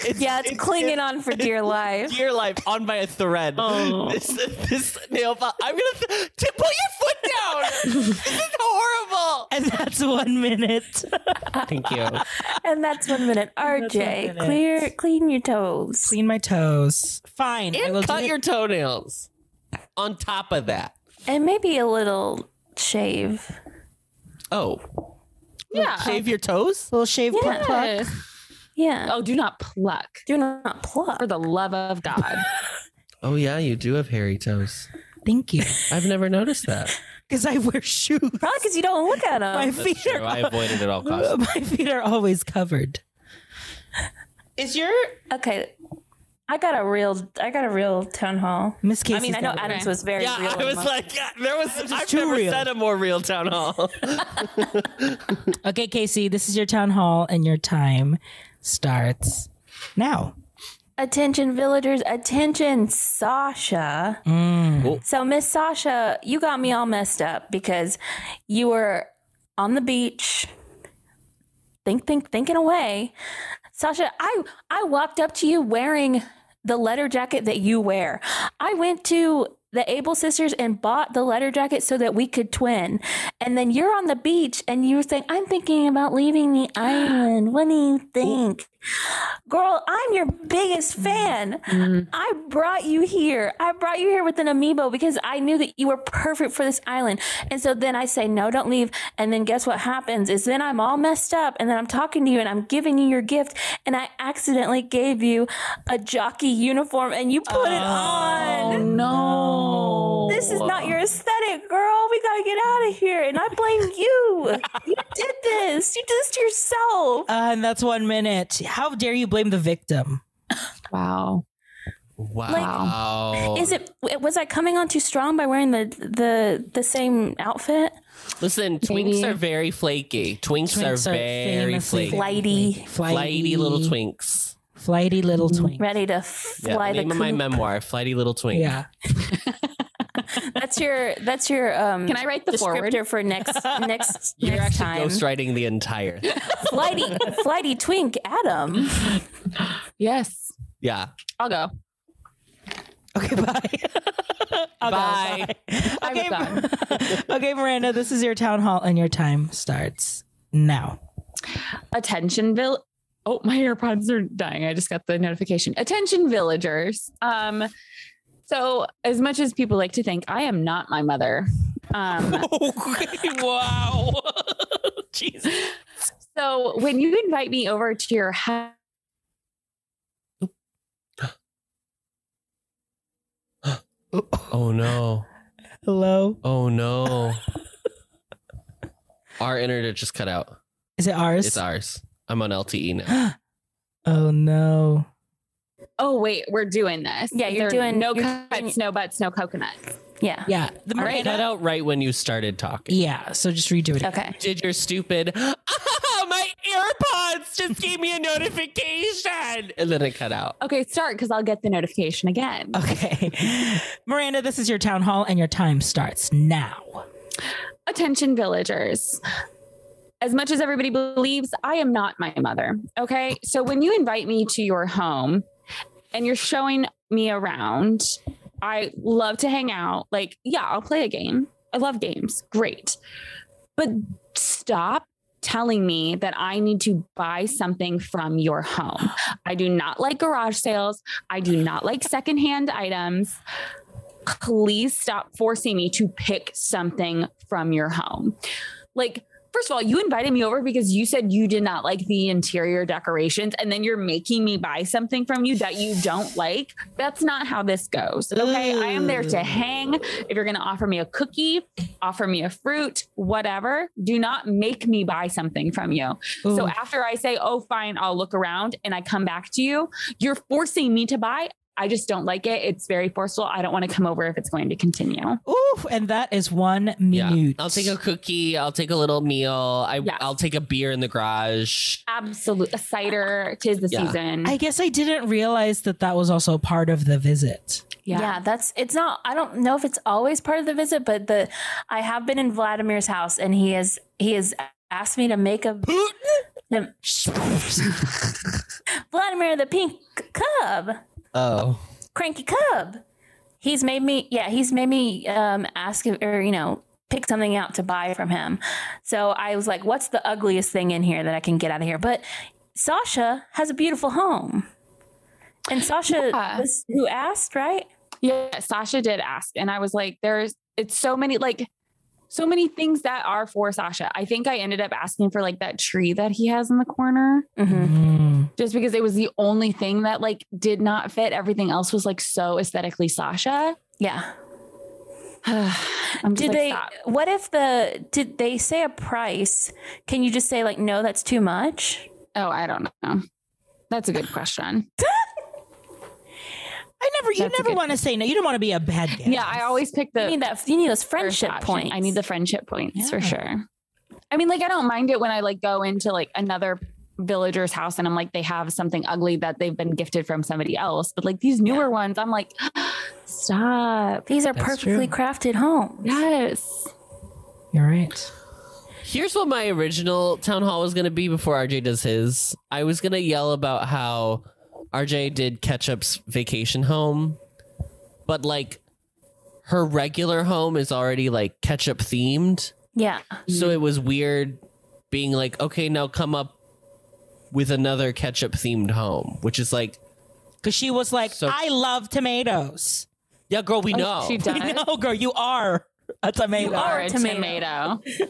[SPEAKER 4] it's,
[SPEAKER 3] Yeah, it's clinging on for dear life.
[SPEAKER 4] Dear life on by a thread.
[SPEAKER 2] Oh.
[SPEAKER 4] This, this nail file. I'm gonna th- to put your foot down. this is horrible.
[SPEAKER 1] And that's one minute.
[SPEAKER 4] Thank you.
[SPEAKER 3] And that's one minute. RJ,
[SPEAKER 1] one minute.
[SPEAKER 3] clear, clean your toes.
[SPEAKER 1] Clean my toes. Fine. I will
[SPEAKER 4] And
[SPEAKER 1] do
[SPEAKER 4] cut
[SPEAKER 1] it.
[SPEAKER 4] your toenails. On top of that.
[SPEAKER 3] And maybe a little shave.
[SPEAKER 4] Oh,
[SPEAKER 2] Yeah.
[SPEAKER 4] shave your toes.
[SPEAKER 1] little shave.
[SPEAKER 3] Yeah. Yeah.
[SPEAKER 2] Oh, do not pluck
[SPEAKER 3] Do not pluck.
[SPEAKER 2] for the love of God.
[SPEAKER 4] Oh yeah, you do have hairy toes.
[SPEAKER 1] Thank you.
[SPEAKER 4] I've never noticed that.
[SPEAKER 1] Because I wear shoes.
[SPEAKER 3] Probably because you don't look at
[SPEAKER 1] My
[SPEAKER 3] them.
[SPEAKER 1] feet
[SPEAKER 4] True,
[SPEAKER 1] are
[SPEAKER 4] I avoided at all costs.
[SPEAKER 1] my feet are always covered. Is your
[SPEAKER 3] Okay. I got a real, I got a real town hall.
[SPEAKER 1] Miss Casey?
[SPEAKER 3] I mean, I know Adams was very
[SPEAKER 4] Yeah,
[SPEAKER 3] real.
[SPEAKER 4] I
[SPEAKER 3] and
[SPEAKER 4] was
[SPEAKER 3] mo-
[SPEAKER 4] like, yeah, there was. I've
[SPEAKER 1] too
[SPEAKER 4] never
[SPEAKER 1] real.
[SPEAKER 4] said a more real town hall.
[SPEAKER 1] Okay, Casey, this is your town hall, and your time starts now.
[SPEAKER 3] attention villagers, attention Sasha.
[SPEAKER 4] Oh.
[SPEAKER 3] So Miss Sasha, you got me all messed up because you were on the beach, think, think, thinking away. Sasha, I I walked up to you wearing the letter jacket that you wear. I went to the Able Sisters and bought the letter jacket so that we could twin. And then you're on the beach and you were saying, I'm thinking about leaving the island. What do you think? Girl, I'm your biggest fan. I brought you here. I brought you here with an amiibo because I knew that you were perfect for this island. And so then I say, no, don't leave. And then guess what happens is then I'm all messed up and then I'm talking to you and I'm giving you your gift and I accidentally gave you a jockey uniform and you put it
[SPEAKER 2] Oh
[SPEAKER 3] on.
[SPEAKER 1] Oh.
[SPEAKER 2] no.
[SPEAKER 3] This is not your aesthetic, girl. We gotta get out of here. And I blame you. you did this. You did this to yourself.
[SPEAKER 1] Uh, and that's one minute. How dare you blame the victim?
[SPEAKER 2] wow.
[SPEAKER 4] Wow.
[SPEAKER 3] Is it was I coming on too strong by wearing the the the same outfit?
[SPEAKER 4] Listen, twinks
[SPEAKER 2] Maybe.
[SPEAKER 4] are very flaky. Twinks,
[SPEAKER 1] Twinks
[SPEAKER 4] are,
[SPEAKER 1] are
[SPEAKER 4] very
[SPEAKER 1] famously
[SPEAKER 4] flaky.
[SPEAKER 1] flaky. Flighty, Mm-hmm.
[SPEAKER 3] Flighty,
[SPEAKER 4] Flighty little twinks.
[SPEAKER 1] Flighty little twink.
[SPEAKER 3] ready to
[SPEAKER 4] Yeah,
[SPEAKER 3] fly
[SPEAKER 4] name
[SPEAKER 3] the
[SPEAKER 4] of my
[SPEAKER 3] coop.
[SPEAKER 4] memoir, Flighty Little Twink.
[SPEAKER 1] Yeah.
[SPEAKER 3] That's your that's your um
[SPEAKER 2] Can I write the forward?
[SPEAKER 3] descriptor for next next
[SPEAKER 4] You're
[SPEAKER 3] next
[SPEAKER 4] actually
[SPEAKER 3] time.
[SPEAKER 4] ghostwriting the entire thing.
[SPEAKER 3] Flighty flighty twink Adam.
[SPEAKER 2] Yes.
[SPEAKER 4] Yeah.
[SPEAKER 2] I'll go.
[SPEAKER 1] Okay, bye. I'll go,
[SPEAKER 4] Bye.
[SPEAKER 2] I was done.
[SPEAKER 1] Okay, okay, Miranda, this is your town hall and your time starts now.
[SPEAKER 2] attention vill oh my earpods are dying i just got the notification attention villagers um so as much as people like to think i am not my mother um
[SPEAKER 4] wow. Jesus.
[SPEAKER 2] so when you invite me over to your house
[SPEAKER 4] Oh no.
[SPEAKER 1] Hello?
[SPEAKER 4] Oh no. Our internet just cut out.
[SPEAKER 1] Is it ours?
[SPEAKER 4] It's ours. I'm on LTE now.
[SPEAKER 1] Oh no.
[SPEAKER 2] oh wait we're doing this
[SPEAKER 3] Yeah, you're
[SPEAKER 2] There are
[SPEAKER 3] doing-
[SPEAKER 2] no
[SPEAKER 3] you're
[SPEAKER 2] cuts
[SPEAKER 3] doing-
[SPEAKER 2] no butts no coconuts
[SPEAKER 3] Yeah.
[SPEAKER 1] Yeah. The
[SPEAKER 4] Right,
[SPEAKER 1] Miranda.
[SPEAKER 4] cut out right when you started talking.
[SPEAKER 1] yeah, so just redo it.
[SPEAKER 3] Okay.
[SPEAKER 4] Did your stupid my AirPods just gave me a notification. And then it cut out.
[SPEAKER 2] okay start because i'll get the notification again
[SPEAKER 1] Okay. Miranda, this is your town hall and your time starts now.
[SPEAKER 2] Attention, villagers. As much as everybody believes, I am not my mother. Okay. So when you invite me to your home and you're showing me around, I love to hang out. Like, yeah, I'll play a game. I love games. Great. But stop telling me that I need to buy something from your home. I do not like garage sales. I do not like secondhand items please stop forcing me to pick something from your home. Like, first of all, you invited me over because you said you did not like the interior decorations, and then you're making me buy something from you that you don't like. That's not how this goes. Okay. I am there to hang. If you're going to offer me a cookie, offer me a fruit, whatever, do not make me buy something from you. So
[SPEAKER 1] Ooh.
[SPEAKER 2] after I say, oh, fine, I'll look around and I come back to you, you're forcing me to buy. I just don't like it. It's very forceful. I don't want to come over if it's going to continue.
[SPEAKER 1] Ooh, and that is one minute.
[SPEAKER 4] I'll take a cookie. I'll take a little meal. I,
[SPEAKER 2] Yes.
[SPEAKER 4] I'll take a beer in the garage.
[SPEAKER 2] Absolute a cider, tis the
[SPEAKER 4] Yeah.
[SPEAKER 2] season.
[SPEAKER 1] I guess I didn't realize that that was also part of the visit.
[SPEAKER 3] Yeah. that's it's not I don't know if it's always part of the visit, but the I have been in Vladimir's house and he has he has asked me to make a the- Vladimir the pink cub.
[SPEAKER 4] Oh.
[SPEAKER 3] cranky cub. He's made me, yeah, he's made me um, ask if, or you know, pick something out to buy from him. So I was like, "What's the ugliest thing in here that I can get out of here?" But Sasha has a beautiful home, and Sasha
[SPEAKER 2] Yeah.
[SPEAKER 3] was who asked, right?
[SPEAKER 2] Yeah, Sasha did ask, and I was like, "There's it's so many like so many things that are for Sasha." I think I ended up asking for like that tree that he has in the corner,
[SPEAKER 3] Mm-hmm.
[SPEAKER 1] Mm.
[SPEAKER 2] just because it was the only thing that like did not fit. Everything else was like so aesthetically Sasha.
[SPEAKER 3] Yeah.
[SPEAKER 2] I'm just
[SPEAKER 3] Did
[SPEAKER 2] like,
[SPEAKER 3] they?
[SPEAKER 2] "Stop."
[SPEAKER 3] What if the did they say a price? Can you just say like, "No, that's too much."
[SPEAKER 2] Oh, I don't know. That's a good question.
[SPEAKER 1] I never, you
[SPEAKER 2] That's a
[SPEAKER 1] never
[SPEAKER 2] good-
[SPEAKER 1] want to say no. You don't want to be a bad guy.
[SPEAKER 2] Yeah, I always pick the
[SPEAKER 3] you need that. You need those
[SPEAKER 2] first
[SPEAKER 3] friendship
[SPEAKER 2] option.
[SPEAKER 3] points.
[SPEAKER 2] I need the friendship points for
[SPEAKER 1] Yeah.
[SPEAKER 2] sure. I mean, like I don't mind it when I like go into like another villager's house and I'm like they have something ugly that they've been gifted from somebody else, but like these newer ones, I'm like stop.
[SPEAKER 3] These are
[SPEAKER 4] That's true.
[SPEAKER 3] perfectly crafted homes.
[SPEAKER 2] Yes.
[SPEAKER 1] You're right.
[SPEAKER 4] Here's what my original town hall was going to be before RJ does his. I was going to yell about how RJ did Ketchup's vacation home, but like her regular home is already like Ketchup themed.
[SPEAKER 3] Yeah.
[SPEAKER 1] Mm-hmm.
[SPEAKER 4] So it was weird being like, okay, now come up with another ketchup themed home, which is like,
[SPEAKER 1] Because she was like,
[SPEAKER 4] So-
[SPEAKER 1] I love tomatoes.
[SPEAKER 4] yeah, girl, we know.
[SPEAKER 1] Oh,
[SPEAKER 2] she does.
[SPEAKER 1] No, girl, you are a tomato.
[SPEAKER 2] You are a
[SPEAKER 3] tomato.
[SPEAKER 2] tomato.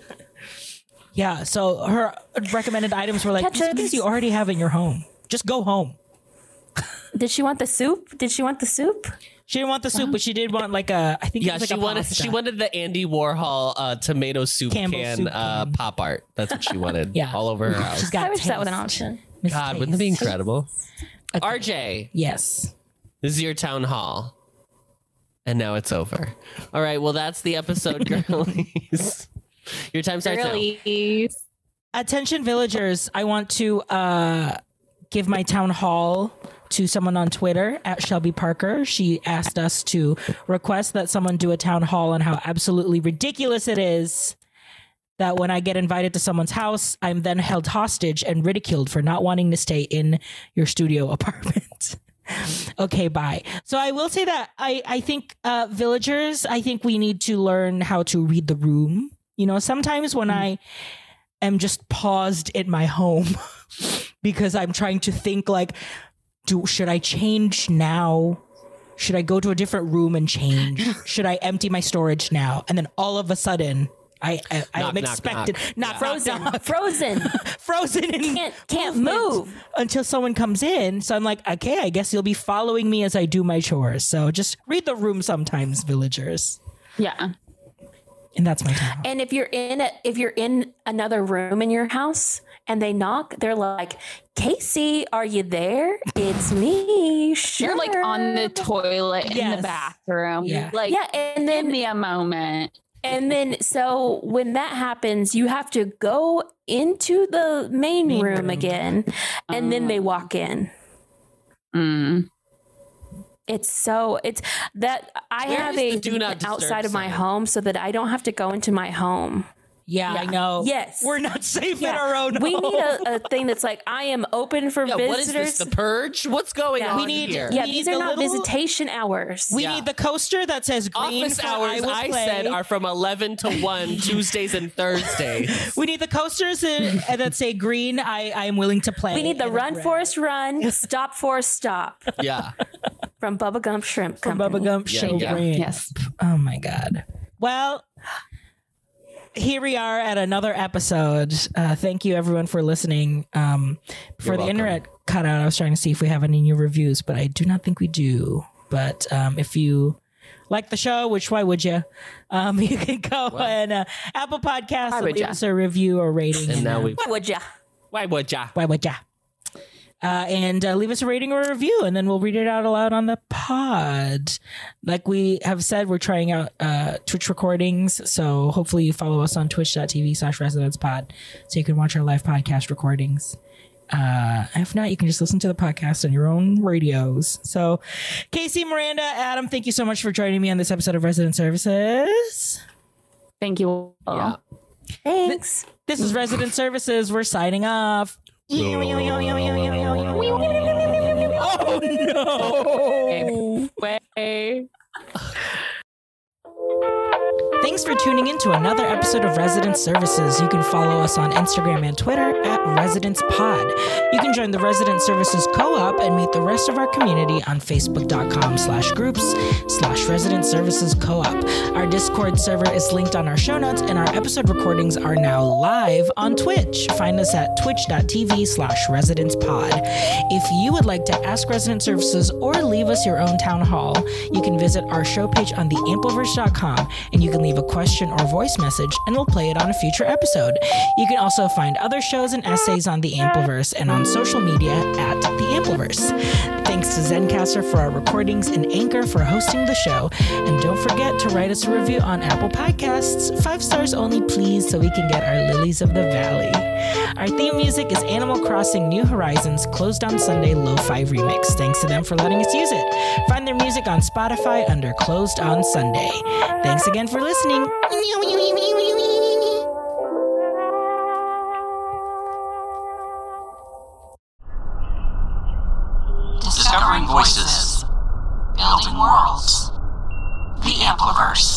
[SPEAKER 1] Yeah, so her recommended items were like these
[SPEAKER 3] Ketchup.
[SPEAKER 1] things you already have in your home. Just go home.
[SPEAKER 3] Did she want the soup? Did she want the soup?
[SPEAKER 1] She didn't want the soup, but she did want like a. I think it
[SPEAKER 4] yeah,
[SPEAKER 1] was like
[SPEAKER 4] she
[SPEAKER 1] a
[SPEAKER 4] wanted
[SPEAKER 1] pasta.
[SPEAKER 4] she wanted the Andy Warhol uh, tomato soup
[SPEAKER 1] Campbell's
[SPEAKER 4] can
[SPEAKER 1] soup
[SPEAKER 4] uh,
[SPEAKER 1] can.
[SPEAKER 4] pop art. That's what she wanted.
[SPEAKER 1] Yeah.
[SPEAKER 4] all over her house.
[SPEAKER 1] She's got
[SPEAKER 3] I wish that was an
[SPEAKER 1] taste.
[SPEAKER 3] option.
[SPEAKER 1] Miss
[SPEAKER 4] God, wouldn't that be
[SPEAKER 1] Taste.
[SPEAKER 4] incredible? RJ,
[SPEAKER 1] Yes.
[SPEAKER 4] this is your town hall, and now it's over. All right, well that's the episode, girlies. Your time starts now.
[SPEAKER 2] Really?
[SPEAKER 1] Attention villagers, I want to uh, give my town hall to someone on Twitter at Shelby Parker. She asked us to request that someone do a town hall on how absolutely ridiculous it is that when I get invited to someone's house, I'm then held hostage and ridiculed for not wanting to stay in your studio apartment. okay, bye. So I will say that I, I think uh, villagers, I think we need to learn how to read the room. You know, sometimes when
[SPEAKER 4] Mm-hmm.
[SPEAKER 1] I am just paused at my home because I'm trying to think like, do should I change now? Should I go to a different room and change? Should I empty my storage now? And then all of a sudden, I I, I
[SPEAKER 4] Knock,
[SPEAKER 1] am
[SPEAKER 4] knock,
[SPEAKER 1] expected
[SPEAKER 4] knock.
[SPEAKER 1] not frozen,
[SPEAKER 3] Frozen. Frozen.
[SPEAKER 1] frozen in
[SPEAKER 3] Can't can't
[SPEAKER 1] movement
[SPEAKER 3] move.
[SPEAKER 1] until someone comes in. So I'm like, okay, I guess you'll be following me as I do my chores. So just read the room sometimes, villagers.
[SPEAKER 2] Yeah.
[SPEAKER 1] And that's my time.
[SPEAKER 3] And if you're in a, if you're in another room in your house and they knock, they're like, "Casey, are you there? It's me." Sure.
[SPEAKER 2] You're like on the toilet in
[SPEAKER 1] Yes.
[SPEAKER 2] the bathroom.
[SPEAKER 1] Yeah.
[SPEAKER 2] Like
[SPEAKER 3] yeah,
[SPEAKER 2] give
[SPEAKER 3] and then
[SPEAKER 2] me a moment.
[SPEAKER 3] and then so when that happens, you have to go into the main,
[SPEAKER 1] Main
[SPEAKER 3] room,
[SPEAKER 1] room.
[SPEAKER 3] again, and then they walk in.
[SPEAKER 2] Mm.
[SPEAKER 3] It's so it's that I
[SPEAKER 4] Where
[SPEAKER 3] have
[SPEAKER 4] is
[SPEAKER 3] a
[SPEAKER 4] the do not disturb
[SPEAKER 3] outside of my
[SPEAKER 4] sign?
[SPEAKER 3] home so that I don't have to go into my home.
[SPEAKER 1] Yeah, I
[SPEAKER 3] Yeah.
[SPEAKER 1] know.
[SPEAKER 3] Yes.
[SPEAKER 1] We're not safe in
[SPEAKER 3] Yeah.
[SPEAKER 1] our own
[SPEAKER 3] We need
[SPEAKER 1] home.
[SPEAKER 3] a, a thing that's like I am open for
[SPEAKER 4] Yeah, what is this?
[SPEAKER 3] visitors.
[SPEAKER 4] The purge? What's going
[SPEAKER 3] Yeah.
[SPEAKER 4] on?
[SPEAKER 1] We need-
[SPEAKER 4] here?
[SPEAKER 1] we
[SPEAKER 3] yeah, these
[SPEAKER 1] need
[SPEAKER 3] are
[SPEAKER 1] the
[SPEAKER 3] not
[SPEAKER 1] little-
[SPEAKER 3] visitation hours.
[SPEAKER 1] we
[SPEAKER 4] Yeah.
[SPEAKER 1] need the coaster that says green
[SPEAKER 4] Office
[SPEAKER 1] for
[SPEAKER 4] hours,
[SPEAKER 1] will
[SPEAKER 4] I,
[SPEAKER 1] play.
[SPEAKER 4] said, are from 11 to 1, Tuesdays and Thursdays.
[SPEAKER 1] we need the coasters in, and that say green. I I am willing to play.
[SPEAKER 3] We need the
[SPEAKER 1] and
[SPEAKER 3] run,
[SPEAKER 1] red.
[SPEAKER 3] Forrest, run, stop, Forrest, stop
[SPEAKER 4] yeah.
[SPEAKER 3] from Bubba Gump Shrimp
[SPEAKER 1] From
[SPEAKER 3] Company.
[SPEAKER 1] Bubba Gump
[SPEAKER 4] Yeah,
[SPEAKER 1] show
[SPEAKER 4] yeah.
[SPEAKER 1] green.
[SPEAKER 2] Yes.
[SPEAKER 1] Oh my god. Well, here we are at another episode. Uh, thank you everyone for listening. Um, before the
[SPEAKER 4] You're welcome.
[SPEAKER 1] internet cut out, I was trying to see if we have any new reviews, but I do not think we do. But um, if you like the show, which why would you? Um, you can go
[SPEAKER 4] Well.
[SPEAKER 1] on uh, Apple Podcasts
[SPEAKER 2] Why
[SPEAKER 1] and
[SPEAKER 2] would
[SPEAKER 1] leave
[SPEAKER 2] ya?
[SPEAKER 1] us a review or rating.
[SPEAKER 4] And now
[SPEAKER 1] uh,
[SPEAKER 4] we.
[SPEAKER 3] Why would ya?
[SPEAKER 4] Why would ya?
[SPEAKER 1] why would ya? Uh, and uh, leave us a rating or a review, and then we'll read it out aloud on the pod. Like we have said, we're trying out uh, Twitch recordings, so hopefully you follow us on twitch.tv slash residence pod so you can watch our live podcast recordings. Uh, if not, you can just listen to the podcast on your own radios. So, Casey, Miranda, Adam, thank you so much for joining me on this episode of Resident Services.
[SPEAKER 2] Thank you. all.
[SPEAKER 4] Yeah.
[SPEAKER 3] Thanks.
[SPEAKER 1] This is Resident Services. We're signing off. Oh no!
[SPEAKER 2] Way.
[SPEAKER 1] Thanks for tuning in to another episode of Residence Services. You can follow us on Instagram and Twitter at Residence Pod. You can join the Residence Services Co-op and meet the rest of our community on Facebook.com slash groups slash Residence Services Co-op. Our Discord server is linked on our show notes and our episode recordings are now live on Twitch. Find us at twitch.tv slash Residence Pod. If you would like to ask Resident Services or leave us your own town hall, you can visit our show page on theampleverse.com and you can leave a question or voice message and we'll play it on a future episode. You can also find other shows and essays on the Ampleverse and on social media at the Ampleverse. Thanks to Zencaster for our recordings and Anchor for hosting the show. And don't forget to write us a review on Apple Podcasts, five stars only, please, so we can get our lilies of the valley. Our theme music is Animal Crossing New Horizons Closed on Sunday Lo-Fi Remix. Thanks to them for letting us use it. Find their music on Spotify under Closed on Sunday. Thanks again for listening.
[SPEAKER 5] Discovering voices. Building worlds. The Ampliverse.